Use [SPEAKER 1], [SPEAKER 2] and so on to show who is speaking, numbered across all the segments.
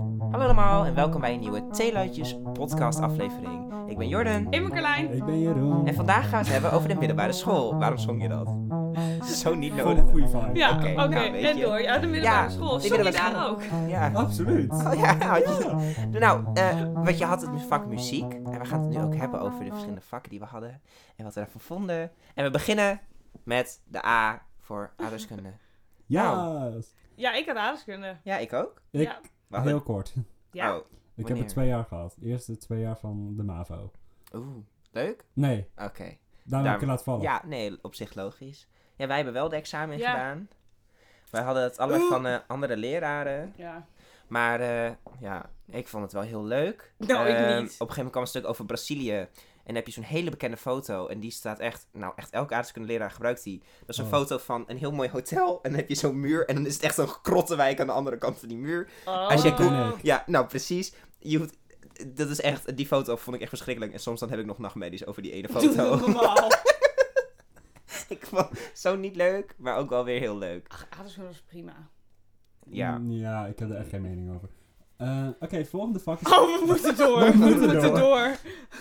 [SPEAKER 1] Hallo allemaal en welkom bij een nieuwe Theeluidjes podcast aflevering. Ik ben Jordan
[SPEAKER 2] Ik ben Carlijn.
[SPEAKER 3] Ik ben
[SPEAKER 2] Oh.
[SPEAKER 3] Jeroen.
[SPEAKER 1] en vandaag gaan we het hebben over de middelbare school. Waarom zong je dat? Zo niet
[SPEAKER 3] Gewoon
[SPEAKER 1] nodig.
[SPEAKER 3] een goede vibe.
[SPEAKER 2] Ja,
[SPEAKER 1] Oké,
[SPEAKER 2] oké.
[SPEAKER 1] nou, weet
[SPEAKER 2] en
[SPEAKER 1] je.
[SPEAKER 2] door. Ja, de middelbare
[SPEAKER 1] Ja,
[SPEAKER 2] school.
[SPEAKER 1] de
[SPEAKER 2] Zong je
[SPEAKER 1] middelbare
[SPEAKER 2] daar
[SPEAKER 1] school.
[SPEAKER 2] ook?
[SPEAKER 1] Ja.
[SPEAKER 3] Absoluut.
[SPEAKER 1] Oh ja, had je
[SPEAKER 3] Ja.
[SPEAKER 1] Nou, eh, want je had het vak muziek. En we gaan het nu ook hebben over de verschillende vakken die we hadden. En wat we daarvan vonden. En we beginnen met de A voor aardrijkskunde.
[SPEAKER 3] Ja.
[SPEAKER 2] Ja, ik had aardrijkskunde.
[SPEAKER 1] Ja, ik ook.
[SPEAKER 3] Ik,
[SPEAKER 2] Ja.
[SPEAKER 1] We hadden-
[SPEAKER 3] heel kort.
[SPEAKER 2] Ja.
[SPEAKER 1] Oh,
[SPEAKER 3] Ik heb
[SPEAKER 1] Wanneer?
[SPEAKER 3] het twee jaar gehad. Eerst de twee jaar van de MAVO.
[SPEAKER 1] oeh, leuk.
[SPEAKER 3] Nee,
[SPEAKER 1] Oké. Daar-
[SPEAKER 3] daar heb ik het laten vallen.
[SPEAKER 1] Ja, nee, op zich logisch. Ja, wij hebben wel de examen in
[SPEAKER 2] Ja.
[SPEAKER 1] gedaan. Wij hadden het allebei van eh, andere leraren.
[SPEAKER 2] Ja.
[SPEAKER 1] Maar eh, ja, ik vond het wel heel leuk.
[SPEAKER 2] Nou, ik
[SPEAKER 1] Ehm, Op een
[SPEAKER 2] niet.
[SPEAKER 1] gegeven moment kwam een stuk over Brazilië. En dan heb je zo'n hele bekende foto. En die staat echt, nou echt elke aardrijkskundeleraar gebruikt die. Dat is een
[SPEAKER 3] Oh.
[SPEAKER 1] foto van een heel mooi hotel. En dan heb je zo'n muur. En dan is het echt zo'n krottenwijk aan de andere kant van die muur. Als je
[SPEAKER 2] Oh.
[SPEAKER 3] googelt-
[SPEAKER 1] Ja, nou precies. Je hoeft, dat is echt, die foto vond ik echt verschrikkelijk. En soms dan heb ik nog nachtmerries over die ene
[SPEAKER 2] Doe
[SPEAKER 1] foto.
[SPEAKER 2] het normaal.
[SPEAKER 1] ik vond het zo niet leuk, maar ook wel weer heel leuk.
[SPEAKER 2] Ach, aardrijkskunde was prima.
[SPEAKER 1] Ja.
[SPEAKER 3] Mm, Ja, ik heb er echt geen mening over. Eh, Oké, volgende vak is
[SPEAKER 2] Oh, we moeten door.
[SPEAKER 3] We
[SPEAKER 2] We
[SPEAKER 3] moeten
[SPEAKER 2] moeten
[SPEAKER 3] door.
[SPEAKER 2] door.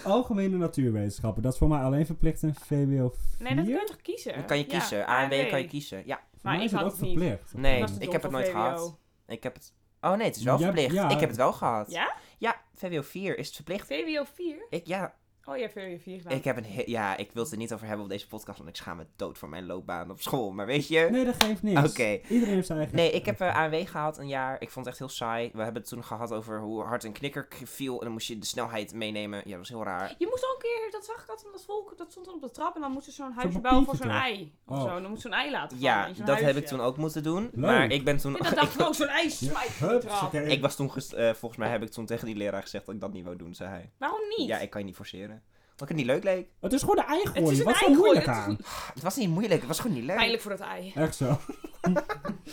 [SPEAKER 3] algemene natuurwetenschappen. Dat is voor mij alleen verplicht in VWO 4.
[SPEAKER 2] Nee, dat kun je toch kiezen?
[SPEAKER 1] Dan kan je
[SPEAKER 2] Ja,
[SPEAKER 1] kiezen. A en B kan je kiezen. Ja,
[SPEAKER 3] Voor
[SPEAKER 2] maar
[SPEAKER 3] mij
[SPEAKER 2] ik
[SPEAKER 3] is het
[SPEAKER 2] had
[SPEAKER 3] ook
[SPEAKER 2] het niet.
[SPEAKER 3] verplicht.
[SPEAKER 1] Nee.
[SPEAKER 2] Dat is de
[SPEAKER 1] ik heb het
[SPEAKER 2] dom
[SPEAKER 1] nooit
[SPEAKER 2] van
[SPEAKER 1] gehad. ik heb het... Oh nee, het is wel
[SPEAKER 3] Ja,
[SPEAKER 1] verplicht.
[SPEAKER 3] ja.
[SPEAKER 1] Ik heb het wel gehad.
[SPEAKER 2] Ja?
[SPEAKER 1] Ja, VWO 4 is het verplicht.
[SPEAKER 2] VWO 4?
[SPEAKER 1] Ik, ja,
[SPEAKER 2] Oh, jij hebt VWO 4 gedaan.
[SPEAKER 1] ik heb een... he- Ja, ik wil het er niet over hebben op deze podcast, want ik schaam me dood voor mijn loopbaan op school. Maar weet je...
[SPEAKER 3] Nee, dat geeft niks.
[SPEAKER 1] Oké.
[SPEAKER 3] Iedereen heeft zijn eigen...
[SPEAKER 1] Nee, ik heb eh, ANW gehaald een jaar. Ik vond het echt heel saai. We hebben het toen gehad over hoe hard een knikker k- viel. En dan moest je de snelheid meenemen. Ja, dat was heel raar.
[SPEAKER 2] Je moest al een keer, dat zag ik altijd, dat volk, dat stond dan op de trap en dan moesten ze zo'n huisje
[SPEAKER 3] papiertje
[SPEAKER 2] bouwen voor zo'n
[SPEAKER 3] toch?
[SPEAKER 2] ei. Of
[SPEAKER 3] Oh.
[SPEAKER 2] zo, dan moest zo'n ei laten vallen.
[SPEAKER 1] Ja,
[SPEAKER 2] in zo'n
[SPEAKER 1] dat heb
[SPEAKER 2] huisje.
[SPEAKER 1] ik toen ook moeten doen.
[SPEAKER 3] Leuk.
[SPEAKER 1] Maar ik ben toen...
[SPEAKER 2] Ja, dat dacht ik ook, zo'n ei smijt van de trap.
[SPEAKER 3] Hupsakee.
[SPEAKER 1] Ik was toen, gest- eh, volgens mij heb ik toen tegen die leraar gezegd dat ik dat niet wou doen, zei hij.
[SPEAKER 2] Waarom niet?
[SPEAKER 1] Ja, ik kan je niet forceren. Omdat ik het niet leuk leek.
[SPEAKER 3] Het is gewoon de eigen
[SPEAKER 2] Het is
[SPEAKER 3] gooien.
[SPEAKER 2] een
[SPEAKER 3] Wat is er
[SPEAKER 2] ei gooien,
[SPEAKER 3] moeilijk
[SPEAKER 2] dat is
[SPEAKER 3] aan?
[SPEAKER 1] Het was niet moeilijk, het was gewoon niet leuk.
[SPEAKER 2] Pijnlijk voor dat ei.
[SPEAKER 3] Echt zo.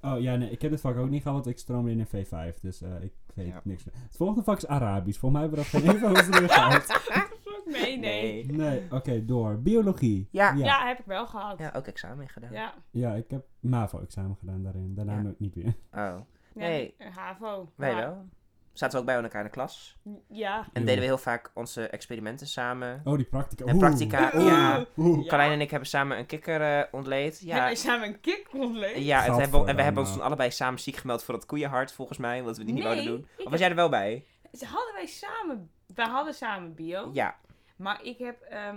[SPEAKER 3] oh ja, nee, ik heb dit vak ook niet gehad, want ik stroomde in een V5, dus eh, ik weet
[SPEAKER 1] Ja.
[SPEAKER 3] niks meer. Het volgende vak is Arabisch. Volgens mij hebben we dat geen even over gehad.
[SPEAKER 2] Nee, nee.
[SPEAKER 3] Nee, oké, door. Biologie.
[SPEAKER 1] Ja.
[SPEAKER 3] Ja,
[SPEAKER 2] Ja, heb ik wel gehad. Ja.
[SPEAKER 1] Ja, ook examen gedaan.
[SPEAKER 3] Ja, ik heb MAVO-examen gedaan daarin. Daarna
[SPEAKER 1] Ja.
[SPEAKER 3] nooit niet meer.
[SPEAKER 1] Oh,
[SPEAKER 2] Nee.
[SPEAKER 1] Nee.
[SPEAKER 2] HAVO.
[SPEAKER 1] wij
[SPEAKER 2] Maar-
[SPEAKER 1] wel. Zaten we ook bij elkaar in de klas.
[SPEAKER 2] Ja.
[SPEAKER 1] En
[SPEAKER 3] Ja.
[SPEAKER 1] deden we heel vaak onze experimenten samen.
[SPEAKER 3] Oh, die practica.
[SPEAKER 1] En
[SPEAKER 3] Oeh.
[SPEAKER 1] practica,
[SPEAKER 3] Oeh.
[SPEAKER 1] ja.
[SPEAKER 3] Oeh.
[SPEAKER 2] Ja.
[SPEAKER 1] Carlijn en ik hebben samen een kikker eh, ontleed.
[SPEAKER 2] Ja.
[SPEAKER 1] Ja,
[SPEAKER 2] wij zijn een kick ontleed.
[SPEAKER 1] ja het hebben, we- en we hebben ons
[SPEAKER 3] Gadverdamme.
[SPEAKER 1] toen allebei samen ziek gemeld voor dat koeienhart, volgens mij. Omdat we die niet
[SPEAKER 2] nee,
[SPEAKER 1] wilden doen.
[SPEAKER 2] ik
[SPEAKER 1] Of was jij er wel bij?
[SPEAKER 2] heb- ze hadden wij samen... Wij hadden samen bio.
[SPEAKER 1] Ja.
[SPEAKER 2] Maar ik heb ehm,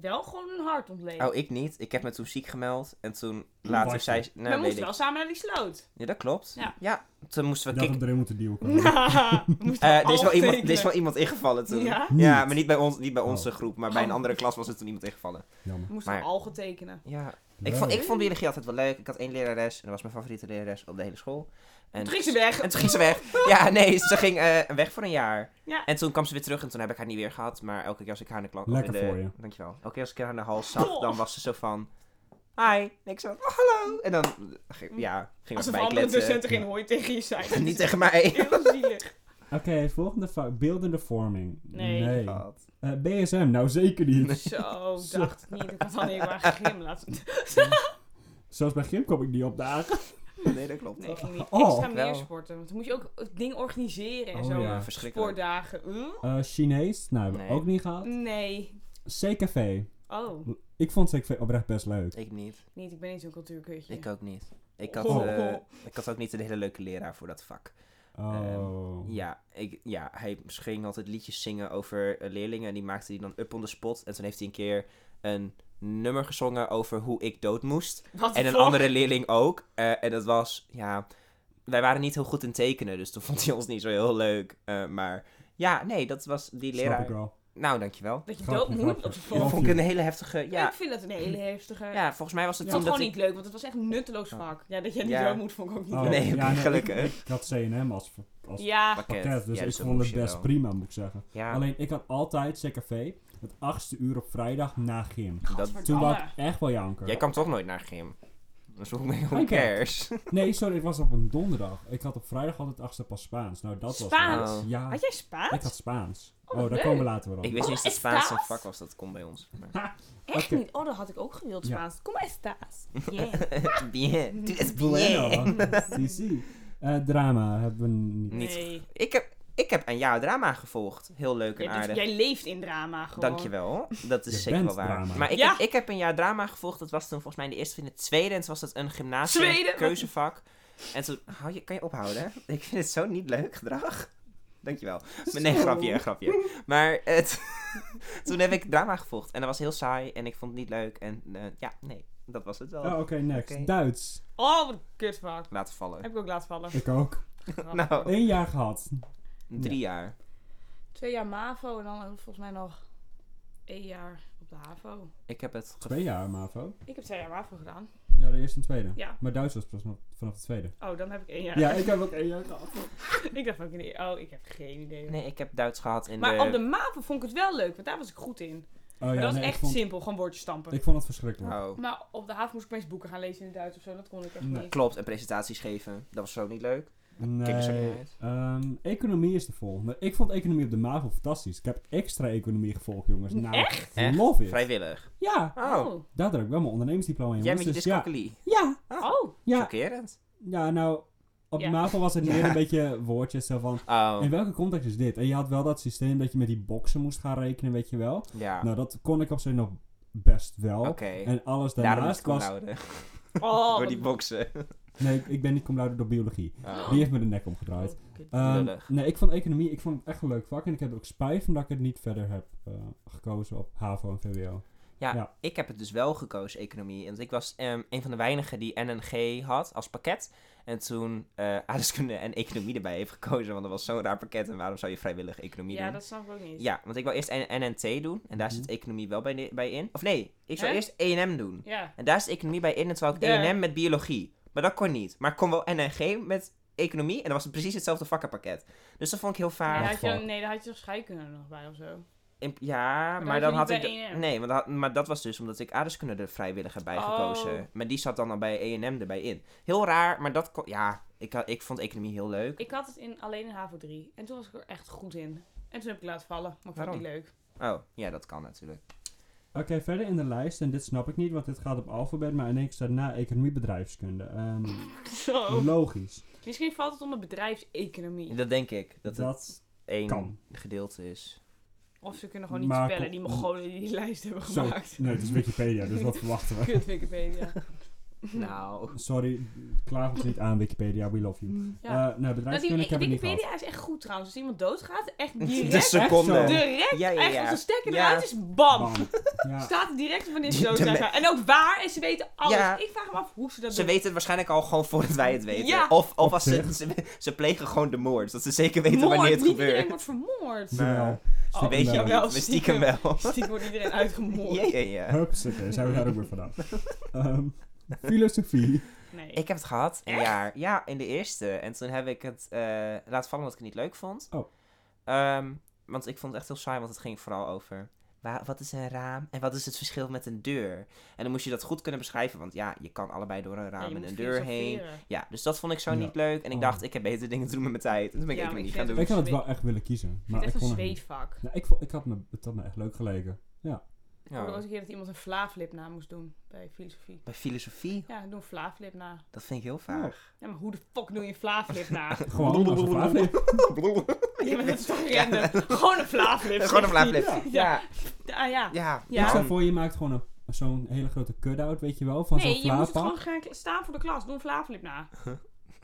[SPEAKER 2] wel gewoon een hart ontleed.
[SPEAKER 1] Oh, ik niet. Ik heb me toen ziek gemeld. En toen later
[SPEAKER 3] was
[SPEAKER 1] zei
[SPEAKER 3] je?
[SPEAKER 1] ze...
[SPEAKER 2] we
[SPEAKER 1] Nou, weet
[SPEAKER 2] moesten
[SPEAKER 1] ik.
[SPEAKER 2] wel samen naar die sloot.
[SPEAKER 1] Ja, dat klopt.
[SPEAKER 2] Ja.
[SPEAKER 1] toen moesten
[SPEAKER 3] Ik
[SPEAKER 1] we
[SPEAKER 3] dacht
[SPEAKER 1] kikken.
[SPEAKER 3] dat we erin moeten duwen.
[SPEAKER 2] we moesten
[SPEAKER 1] Eh, er, is wel
[SPEAKER 2] alles
[SPEAKER 1] iemand, er
[SPEAKER 2] tekenen.
[SPEAKER 1] is wel iemand ingevallen toen.
[SPEAKER 2] Oh, Ja?
[SPEAKER 3] Niet.
[SPEAKER 1] maar niet bij, ons, niet bij onze
[SPEAKER 3] Oh.
[SPEAKER 1] groep, maar bij een
[SPEAKER 2] Oh.
[SPEAKER 1] andere klas was er toen iemand ingevallen.
[SPEAKER 3] Jammer.
[SPEAKER 2] We moesten
[SPEAKER 1] Maar-
[SPEAKER 2] algen tekenen.
[SPEAKER 1] Ja. Ik
[SPEAKER 3] Leuk.
[SPEAKER 1] vond, ik vond biologie altijd wel leuk. Ik had één lerares en dat was mijn favoriete lerares op de hele school. En
[SPEAKER 2] Toen ging ze weg.
[SPEAKER 1] En toen ging ze weg. Ja, nee, ze ging eh, weg voor een jaar.
[SPEAKER 2] Ja.
[SPEAKER 1] En toen kwam ze weer terug en toen heb ik haar niet weer gehad. Maar elke keer als ik haar in de klas...
[SPEAKER 3] Lekker
[SPEAKER 1] in de-
[SPEAKER 3] voor je.
[SPEAKER 1] Dankjewel. Elke keer als ik haar in de hal zag,
[SPEAKER 2] Oh.
[SPEAKER 1] dan was ze zo van... Hi. En ik zo, oh, hallo. En dan ging- ja, ging we
[SPEAKER 2] Alsof
[SPEAKER 1] bij
[SPEAKER 2] andere
[SPEAKER 1] kletsen.
[SPEAKER 2] docenten geen hooi tegen je zijn.
[SPEAKER 1] Niet tegen mij.
[SPEAKER 2] Heel zielig.
[SPEAKER 3] Oké, volgende vak. Beeldende vorming.
[SPEAKER 2] Nee.
[SPEAKER 1] God.
[SPEAKER 3] Eh, BSM, nou zeker niet.
[SPEAKER 2] Zo,
[SPEAKER 3] Zo.
[SPEAKER 2] dacht ik niet. Ik had alleen maar gegrim laten
[SPEAKER 3] Zelfs bij Gym kom ik niet op dagen.
[SPEAKER 1] Nee, dat klopt.
[SPEAKER 2] Nee, ik ging niet
[SPEAKER 3] Oh,
[SPEAKER 2] extra
[SPEAKER 1] ik
[SPEAKER 2] meer
[SPEAKER 1] wel.
[SPEAKER 2] sporten. Want dan moet je ook het ding organiseren en
[SPEAKER 3] Oh,
[SPEAKER 2] zo.
[SPEAKER 3] ja.
[SPEAKER 1] Verschrikkelijk.
[SPEAKER 2] Sportdagen. Hm?
[SPEAKER 3] Eh, Chinees, nou hebben we
[SPEAKER 1] Nee.
[SPEAKER 3] ook niet gehad.
[SPEAKER 2] Nee.
[SPEAKER 3] CKV.
[SPEAKER 2] Oh,
[SPEAKER 3] Ik vond CKV oprecht best leuk.
[SPEAKER 1] Ik niet.
[SPEAKER 2] niet. Ik ben niet zo'n cultuurkutje.
[SPEAKER 1] Ik ook niet. Ik had,
[SPEAKER 3] Oh.
[SPEAKER 1] eh, ik had ook niet een hele leuke leraar voor dat vak.
[SPEAKER 3] Oh.
[SPEAKER 1] Ehm, Ja, ik, ja, hij ging altijd liedjes zingen over eh, leerlingen. En die maakte hij dan up on the spot. En toen heeft hij een keer een nummer gezongen over hoe ik dood moest.
[SPEAKER 2] Wat
[SPEAKER 1] En een
[SPEAKER 2] voor-
[SPEAKER 1] andere leerling ook. Eh, en dat was, ja... Wij waren niet heel goed in tekenen, dus toen vond hij ons niet zo heel leuk. Eh, maar ja, nee, dat was die
[SPEAKER 3] Snap ik
[SPEAKER 1] leraar.
[SPEAKER 3] wel.
[SPEAKER 1] Nou, dankjewel.
[SPEAKER 2] Dat je
[SPEAKER 3] Grapje,
[SPEAKER 2] dood moet
[SPEAKER 3] grapje.
[SPEAKER 2] op de
[SPEAKER 1] Dat
[SPEAKER 3] Ja.
[SPEAKER 2] volgende.
[SPEAKER 1] vond ik een hele heftige... Ja,
[SPEAKER 2] Ik vind dat een hele heftige.
[SPEAKER 1] ja volgens mij was het
[SPEAKER 2] Ik
[SPEAKER 1] toen
[SPEAKER 2] vond het
[SPEAKER 1] dat
[SPEAKER 2] gewoon
[SPEAKER 1] ik...
[SPEAKER 2] niet leuk, want het was echt een nutteloos
[SPEAKER 1] Oh.
[SPEAKER 2] vak. Ja, dat jij niet
[SPEAKER 1] Ja.
[SPEAKER 2] dood moet, vond ik ook niet
[SPEAKER 3] Oh.
[SPEAKER 2] leuk.
[SPEAKER 1] Nee,
[SPEAKER 3] Ja, nee.
[SPEAKER 1] gelukkig.
[SPEAKER 3] Ik had CNM als, als
[SPEAKER 2] Ja,
[SPEAKER 3] pakket, dus
[SPEAKER 1] Ja,
[SPEAKER 3] ik
[SPEAKER 1] dat
[SPEAKER 3] vond
[SPEAKER 1] moest
[SPEAKER 3] het
[SPEAKER 1] je
[SPEAKER 3] best
[SPEAKER 1] wel.
[SPEAKER 3] prima, moet ik zeggen.
[SPEAKER 1] Ja,
[SPEAKER 3] Alleen, ik had altijd CKV het achtste uur op vrijdag na gym.
[SPEAKER 1] dat,
[SPEAKER 3] Toen
[SPEAKER 2] Alle.
[SPEAKER 3] was ik echt wel janker.
[SPEAKER 1] Jij kan toch nooit naar gym? Dus hoe
[SPEAKER 3] Oké.
[SPEAKER 1] who cares?
[SPEAKER 3] Nee, sorry, het was op een donderdag. Ik had op vrijdag altijd het achtste pas Spaans. Nou, dat
[SPEAKER 2] Spaans?
[SPEAKER 3] was... nice. Ja,
[SPEAKER 2] Had jij
[SPEAKER 3] ik
[SPEAKER 2] Spaans?
[SPEAKER 3] had Spaans.
[SPEAKER 2] Oh,
[SPEAKER 3] Oh, daar
[SPEAKER 2] leuk.
[SPEAKER 3] komen we later wel op.
[SPEAKER 1] Ik wist
[SPEAKER 2] Oh,
[SPEAKER 1] niet eens dat
[SPEAKER 2] is
[SPEAKER 1] Spaans een
[SPEAKER 2] dat?
[SPEAKER 1] vak was, dat kon bij ons. Maar-
[SPEAKER 2] Echt
[SPEAKER 3] Oké.
[SPEAKER 2] niet. Oh, dat had ik ook gewild,
[SPEAKER 3] Ja.
[SPEAKER 2] Spaans. Kom maar, Spaans. Yeah.
[SPEAKER 3] nou.
[SPEAKER 1] Bien, tu es bien.
[SPEAKER 3] Bueno. Sí, sí. Eh, drama hebben we niet.
[SPEAKER 1] Niet
[SPEAKER 2] Nee.
[SPEAKER 1] Ik heb, ik heb aan jou drama gevolgd. Heel leuk en
[SPEAKER 2] Jij, doet-
[SPEAKER 1] aardig.
[SPEAKER 2] jij leeft in drama gewoon.
[SPEAKER 1] Dankjewel. Dat is
[SPEAKER 3] Je
[SPEAKER 1] zeker wel
[SPEAKER 3] bent
[SPEAKER 1] waar.
[SPEAKER 3] drama.
[SPEAKER 1] Maar ik,
[SPEAKER 2] Ja.
[SPEAKER 1] heb, ik heb een jaar drama gevolgd. Dat was toen volgens mij in de eerste of in het tweede. En toen was dat een
[SPEAKER 2] Tweede?
[SPEAKER 1] gymnasium
[SPEAKER 2] Wat-
[SPEAKER 1] keuzevak. En toen, hou je, kan je ophouden? Ik vind het zo niet leuk gedrag. Dankjewel. Maar nee,
[SPEAKER 2] Zo.
[SPEAKER 1] grapje, grapje. Maar het, toen heb ik drama gevolgd. En dat was heel saai. En ik vond het niet leuk. En eh, ja, nee. Dat was het wel.
[SPEAKER 3] Oh, oké, next.
[SPEAKER 1] Oké.
[SPEAKER 3] Duits.
[SPEAKER 2] Oh, wat een kutvak.
[SPEAKER 1] Laten vallen.
[SPEAKER 2] Heb ik ook laten vallen.
[SPEAKER 3] Ik ook.
[SPEAKER 1] Nou,
[SPEAKER 3] Eén jaar gehad.
[SPEAKER 1] drie jaar.
[SPEAKER 2] Twee jaar MAVO en dan volgens mij nog één jaar op de HAVO.
[SPEAKER 1] Ik heb het ge-
[SPEAKER 3] Twee jaar, MAVO.
[SPEAKER 2] Ik heb twee jaar MAVO gedaan.
[SPEAKER 3] Ja, de eerste en tweede.
[SPEAKER 2] Ja.
[SPEAKER 3] Maar Duits was pas nog vanaf de tweede. Oh
[SPEAKER 2] Oh, dan heb ik één jaar.
[SPEAKER 3] Ja, ik heb ook één jaar gehad.
[SPEAKER 2] ik dacht ook niet. Oh, ik heb geen idee.
[SPEAKER 1] Nee, ik heb Duits gehad in
[SPEAKER 2] maar
[SPEAKER 1] de...
[SPEAKER 2] op de MAVO vond ik het wel leuk, want daar was ik goed in.
[SPEAKER 3] Oh, ja,
[SPEAKER 2] maar dat
[SPEAKER 3] nee,
[SPEAKER 2] is echt
[SPEAKER 3] ik vond,
[SPEAKER 2] simpel, gewoon woordjes stampen.
[SPEAKER 3] Ik vond het verschrikkelijk.
[SPEAKER 1] Oh.
[SPEAKER 2] Maar op de HAVO moest ik opeens boeken gaan lezen in het Duits of zo, dat kon ik echt
[SPEAKER 3] Nee.
[SPEAKER 2] niet.
[SPEAKER 1] Klopt, en presentaties geven. Dat was zo niet leuk. Kijk eens
[SPEAKER 3] Nee.
[SPEAKER 1] er uit.
[SPEAKER 3] Ehm, economie is de volgende. Ik vond economie op de MAVO fantastisch. Ik heb extra economie gevolgd, jongens. Nou,
[SPEAKER 2] Echt?
[SPEAKER 1] Echt?
[SPEAKER 3] Love it.
[SPEAKER 1] Vrijwillig.
[SPEAKER 3] Ja,
[SPEAKER 1] Oh,
[SPEAKER 3] daar heb ik wel mijn ondernemingsdiploma in,
[SPEAKER 1] jij
[SPEAKER 3] jongens.
[SPEAKER 1] met je
[SPEAKER 3] Dus ja,
[SPEAKER 1] dyscalculie.
[SPEAKER 3] ja,
[SPEAKER 1] Ah.
[SPEAKER 2] Oh.
[SPEAKER 3] ja,
[SPEAKER 1] Chockerend.
[SPEAKER 3] ja, nou, op
[SPEAKER 2] Ja.
[SPEAKER 3] de MAVO was het meer
[SPEAKER 1] Ja.
[SPEAKER 3] een beetje woordjes zo van...
[SPEAKER 1] Oh,
[SPEAKER 3] In welke context is dit? En je had wel dat systeem dat je met die boxen moest gaan rekenen, weet je wel.
[SPEAKER 1] ja.
[SPEAKER 3] Nou, dat kon ik op zich nog best wel.
[SPEAKER 1] Oké.
[SPEAKER 3] En alles
[SPEAKER 1] Daarom is het
[SPEAKER 3] daarnaast
[SPEAKER 1] cum
[SPEAKER 3] was...
[SPEAKER 1] laude.
[SPEAKER 2] Oh.
[SPEAKER 1] Door die boxen.
[SPEAKER 3] Nee, ik- ik ben niet cum laude door biologie.
[SPEAKER 1] Oh.
[SPEAKER 3] Die heeft me de nek omgedraaid. Ehm,
[SPEAKER 1] Lullig.
[SPEAKER 3] nee, ik vond economie, ik vond het echt een leuk vak. En ik heb er ook spijt van dat ik het niet verder heb eh, gekozen op HAVO en VWO.
[SPEAKER 1] Ik heb het dus wel gekozen, economie. Want ik was ehm, een van de weinigen die NNG had als pakket. En toen eh aardrijkskunde en economie erbij heeft gekozen. Want dat was zo'n raar pakket. En waarom zou je vrijwillig economie
[SPEAKER 2] Ja,
[SPEAKER 1] doen?
[SPEAKER 2] dat snap ik ook niet.
[SPEAKER 1] Ja, want ik wil eerst N- NNT doen. En
[SPEAKER 3] Mhm.
[SPEAKER 1] daar zit economie wel bij, bij in. Of nee, ik zou
[SPEAKER 2] Hè?
[SPEAKER 1] eerst E&M doen.
[SPEAKER 2] Ja.
[SPEAKER 1] En daar is de economie bij in, en terwijl ik
[SPEAKER 2] Ja.
[SPEAKER 1] E&M met biologie. Maar dat kon niet. Maar ik kon wel NNG met economie, en dat was precies hetzelfde vakkenpakket. Dus dat vond ik heel
[SPEAKER 2] Nee,
[SPEAKER 1] vaag.
[SPEAKER 2] daar had je,
[SPEAKER 3] Afval.
[SPEAKER 2] nee, daar had je scheikunde er nog bij of zo.
[SPEAKER 1] In- Ja,
[SPEAKER 2] dan
[SPEAKER 1] maar
[SPEAKER 2] had
[SPEAKER 1] dan
[SPEAKER 2] je
[SPEAKER 1] had
[SPEAKER 2] niet
[SPEAKER 1] ik...
[SPEAKER 2] bij
[SPEAKER 1] de-
[SPEAKER 2] E&M.
[SPEAKER 1] Nee, want dat, maar dat was dus omdat ik aardrijkskunde er vrijwillig heb bij
[SPEAKER 2] Oh.
[SPEAKER 1] gekozen. Maar die zat dan al bij E&M erbij in. Heel raar, maar dat kon... Ja, ik, had- ik vond economie heel leuk.
[SPEAKER 2] Ik had het in, alleen in HAVO 3. En toen was ik er echt goed in. En toen heb ik laten vallen, maar ik vond
[SPEAKER 1] Waarom?
[SPEAKER 2] het niet leuk.
[SPEAKER 1] Oh, ja, dat kan natuurlijk.
[SPEAKER 3] Oké, verder in de lijst, en dit snap ik niet, want dit gaat op alfabet, maar in één keer staat na economie bedrijfskunde. Ehm,
[SPEAKER 1] Oh.
[SPEAKER 2] Zo.
[SPEAKER 3] Logisch.
[SPEAKER 2] Misschien valt het onder bedrijfseconomie.
[SPEAKER 1] Dat denk ik, dat
[SPEAKER 3] Dat,
[SPEAKER 1] het één
[SPEAKER 3] kan.
[SPEAKER 1] gedeelte is.
[SPEAKER 2] Of ze kunnen gewoon niet
[SPEAKER 3] Maar
[SPEAKER 2] spellen, die
[SPEAKER 3] kom-
[SPEAKER 2] mogolen die die lijst hebben
[SPEAKER 3] Zo,
[SPEAKER 2] gemaakt.
[SPEAKER 3] nee, het is Wikipedia, dus wat verwachten we?
[SPEAKER 2] Kut Wikipedia.
[SPEAKER 1] Nou...
[SPEAKER 3] Sorry, klaag ons niet aan Wikipedia, we love you.
[SPEAKER 2] Ja.
[SPEAKER 3] Eh,
[SPEAKER 2] Nou,
[SPEAKER 3] nou,
[SPEAKER 2] die,
[SPEAKER 3] bedrijfskunde ik heb ik niet gehad.
[SPEAKER 2] Wikipedia is echt goed trouwens. Als iemand doodgaat, echt
[SPEAKER 1] De
[SPEAKER 2] direct.
[SPEAKER 1] seconde.
[SPEAKER 3] Echt zo.
[SPEAKER 2] direct.
[SPEAKER 1] Ja, ja,
[SPEAKER 2] Echt
[SPEAKER 1] ja.
[SPEAKER 2] als de stekker
[SPEAKER 1] Ja.
[SPEAKER 2] eruit is, bam.
[SPEAKER 3] Bam. Ja,
[SPEAKER 2] Staat er direct wanneer ze
[SPEAKER 1] De
[SPEAKER 2] doodgaat.
[SPEAKER 1] me-
[SPEAKER 2] En ook waar. En ze weten alles.
[SPEAKER 1] Ja.
[SPEAKER 2] Ik vraag me af hoe ze dat
[SPEAKER 1] Ze
[SPEAKER 2] doen.
[SPEAKER 1] weten het waarschijnlijk al gewoon voordat wij het weten.
[SPEAKER 2] Ja.
[SPEAKER 1] Of, of
[SPEAKER 3] Op
[SPEAKER 1] als ze, ze, ze plegen gewoon de moord, zodat ze zeker weten
[SPEAKER 2] Moord,
[SPEAKER 1] wanneer het
[SPEAKER 2] niet iedereen
[SPEAKER 1] gebeurt. Nou.
[SPEAKER 2] wordt vermoord.
[SPEAKER 1] Nee.
[SPEAKER 3] jawel.
[SPEAKER 2] Oh,
[SPEAKER 1] Dat weet je
[SPEAKER 3] Stiekem
[SPEAKER 1] wel,
[SPEAKER 2] wel,
[SPEAKER 1] maar stiekem wel.
[SPEAKER 2] stiekem. Stiekem wordt iedereen uitgemoord.
[SPEAKER 1] Ja, ja, ja.
[SPEAKER 3] Hups, oké, zijn we daar ook weer vanaf. Ehm, filosofie.
[SPEAKER 2] Nee.
[SPEAKER 1] Ik heb het gehad, een
[SPEAKER 2] Echt?
[SPEAKER 1] jaar. Ja, in de eerste. En toen heb ik het eh laten vallen omdat ik het niet leuk vond.
[SPEAKER 3] Oh.
[SPEAKER 1] Ehm, want ik vond het echt heel saai, want het ging vooral over... wa- wat is een raam en wat is het verschil met een deur? En dan moest je dat goed kunnen beschrijven, want ja, je kan allebei door een
[SPEAKER 2] Ja,
[SPEAKER 1] raam
[SPEAKER 2] je
[SPEAKER 1] en
[SPEAKER 2] moet
[SPEAKER 1] een deur heen.
[SPEAKER 2] filosoferen.
[SPEAKER 1] Ja, dus dat vond ik zo
[SPEAKER 3] Ja.
[SPEAKER 1] niet leuk. En ik
[SPEAKER 3] Oh.
[SPEAKER 1] dacht, ik heb betere dingen te doen met mijn tijd. En toen ben ik
[SPEAKER 2] Ja,
[SPEAKER 1] economie
[SPEAKER 2] maar
[SPEAKER 1] gaan
[SPEAKER 2] ik
[SPEAKER 1] doen.
[SPEAKER 3] Ik had het wel echt willen kiezen,
[SPEAKER 2] Ik vind
[SPEAKER 3] maar
[SPEAKER 2] het
[SPEAKER 3] ik
[SPEAKER 2] echt
[SPEAKER 3] kon
[SPEAKER 2] een
[SPEAKER 3] het niet.
[SPEAKER 2] zweetvak.
[SPEAKER 3] Ja, ik, vond, ik had me, het had me echt leuk geleken. Ja.
[SPEAKER 2] Ik hoorde
[SPEAKER 1] Ja.
[SPEAKER 2] ooit een keer dat iemand een vlaaflip na moest doen bij filosofie.
[SPEAKER 1] Bij filosofie,
[SPEAKER 2] Ja, doe een vlaaflip na.
[SPEAKER 1] dat vind ik heel vaag.
[SPEAKER 2] Ja, maar hoe de fuck doe je een vlaaflip na?
[SPEAKER 3] Gewoon als een vraag.
[SPEAKER 2] ja, maar dat is toch random? Gewoon een vlaaflip.
[SPEAKER 1] Gewoon een
[SPEAKER 2] zegt
[SPEAKER 1] vlaaflip.
[SPEAKER 2] hij. Ja.
[SPEAKER 1] Ja,
[SPEAKER 2] Ah, ja.
[SPEAKER 1] ja.
[SPEAKER 2] Ja.
[SPEAKER 3] Ik
[SPEAKER 1] man.
[SPEAKER 3] stel voor, je maakt gewoon een, zo'n hele grote cut-out, weet je wel, van
[SPEAKER 2] Nee,
[SPEAKER 3] zo'n
[SPEAKER 2] je moet het gewoon
[SPEAKER 3] vlaapak.
[SPEAKER 2] gaan k- staan voor de klas. Doe een vlaaflip na.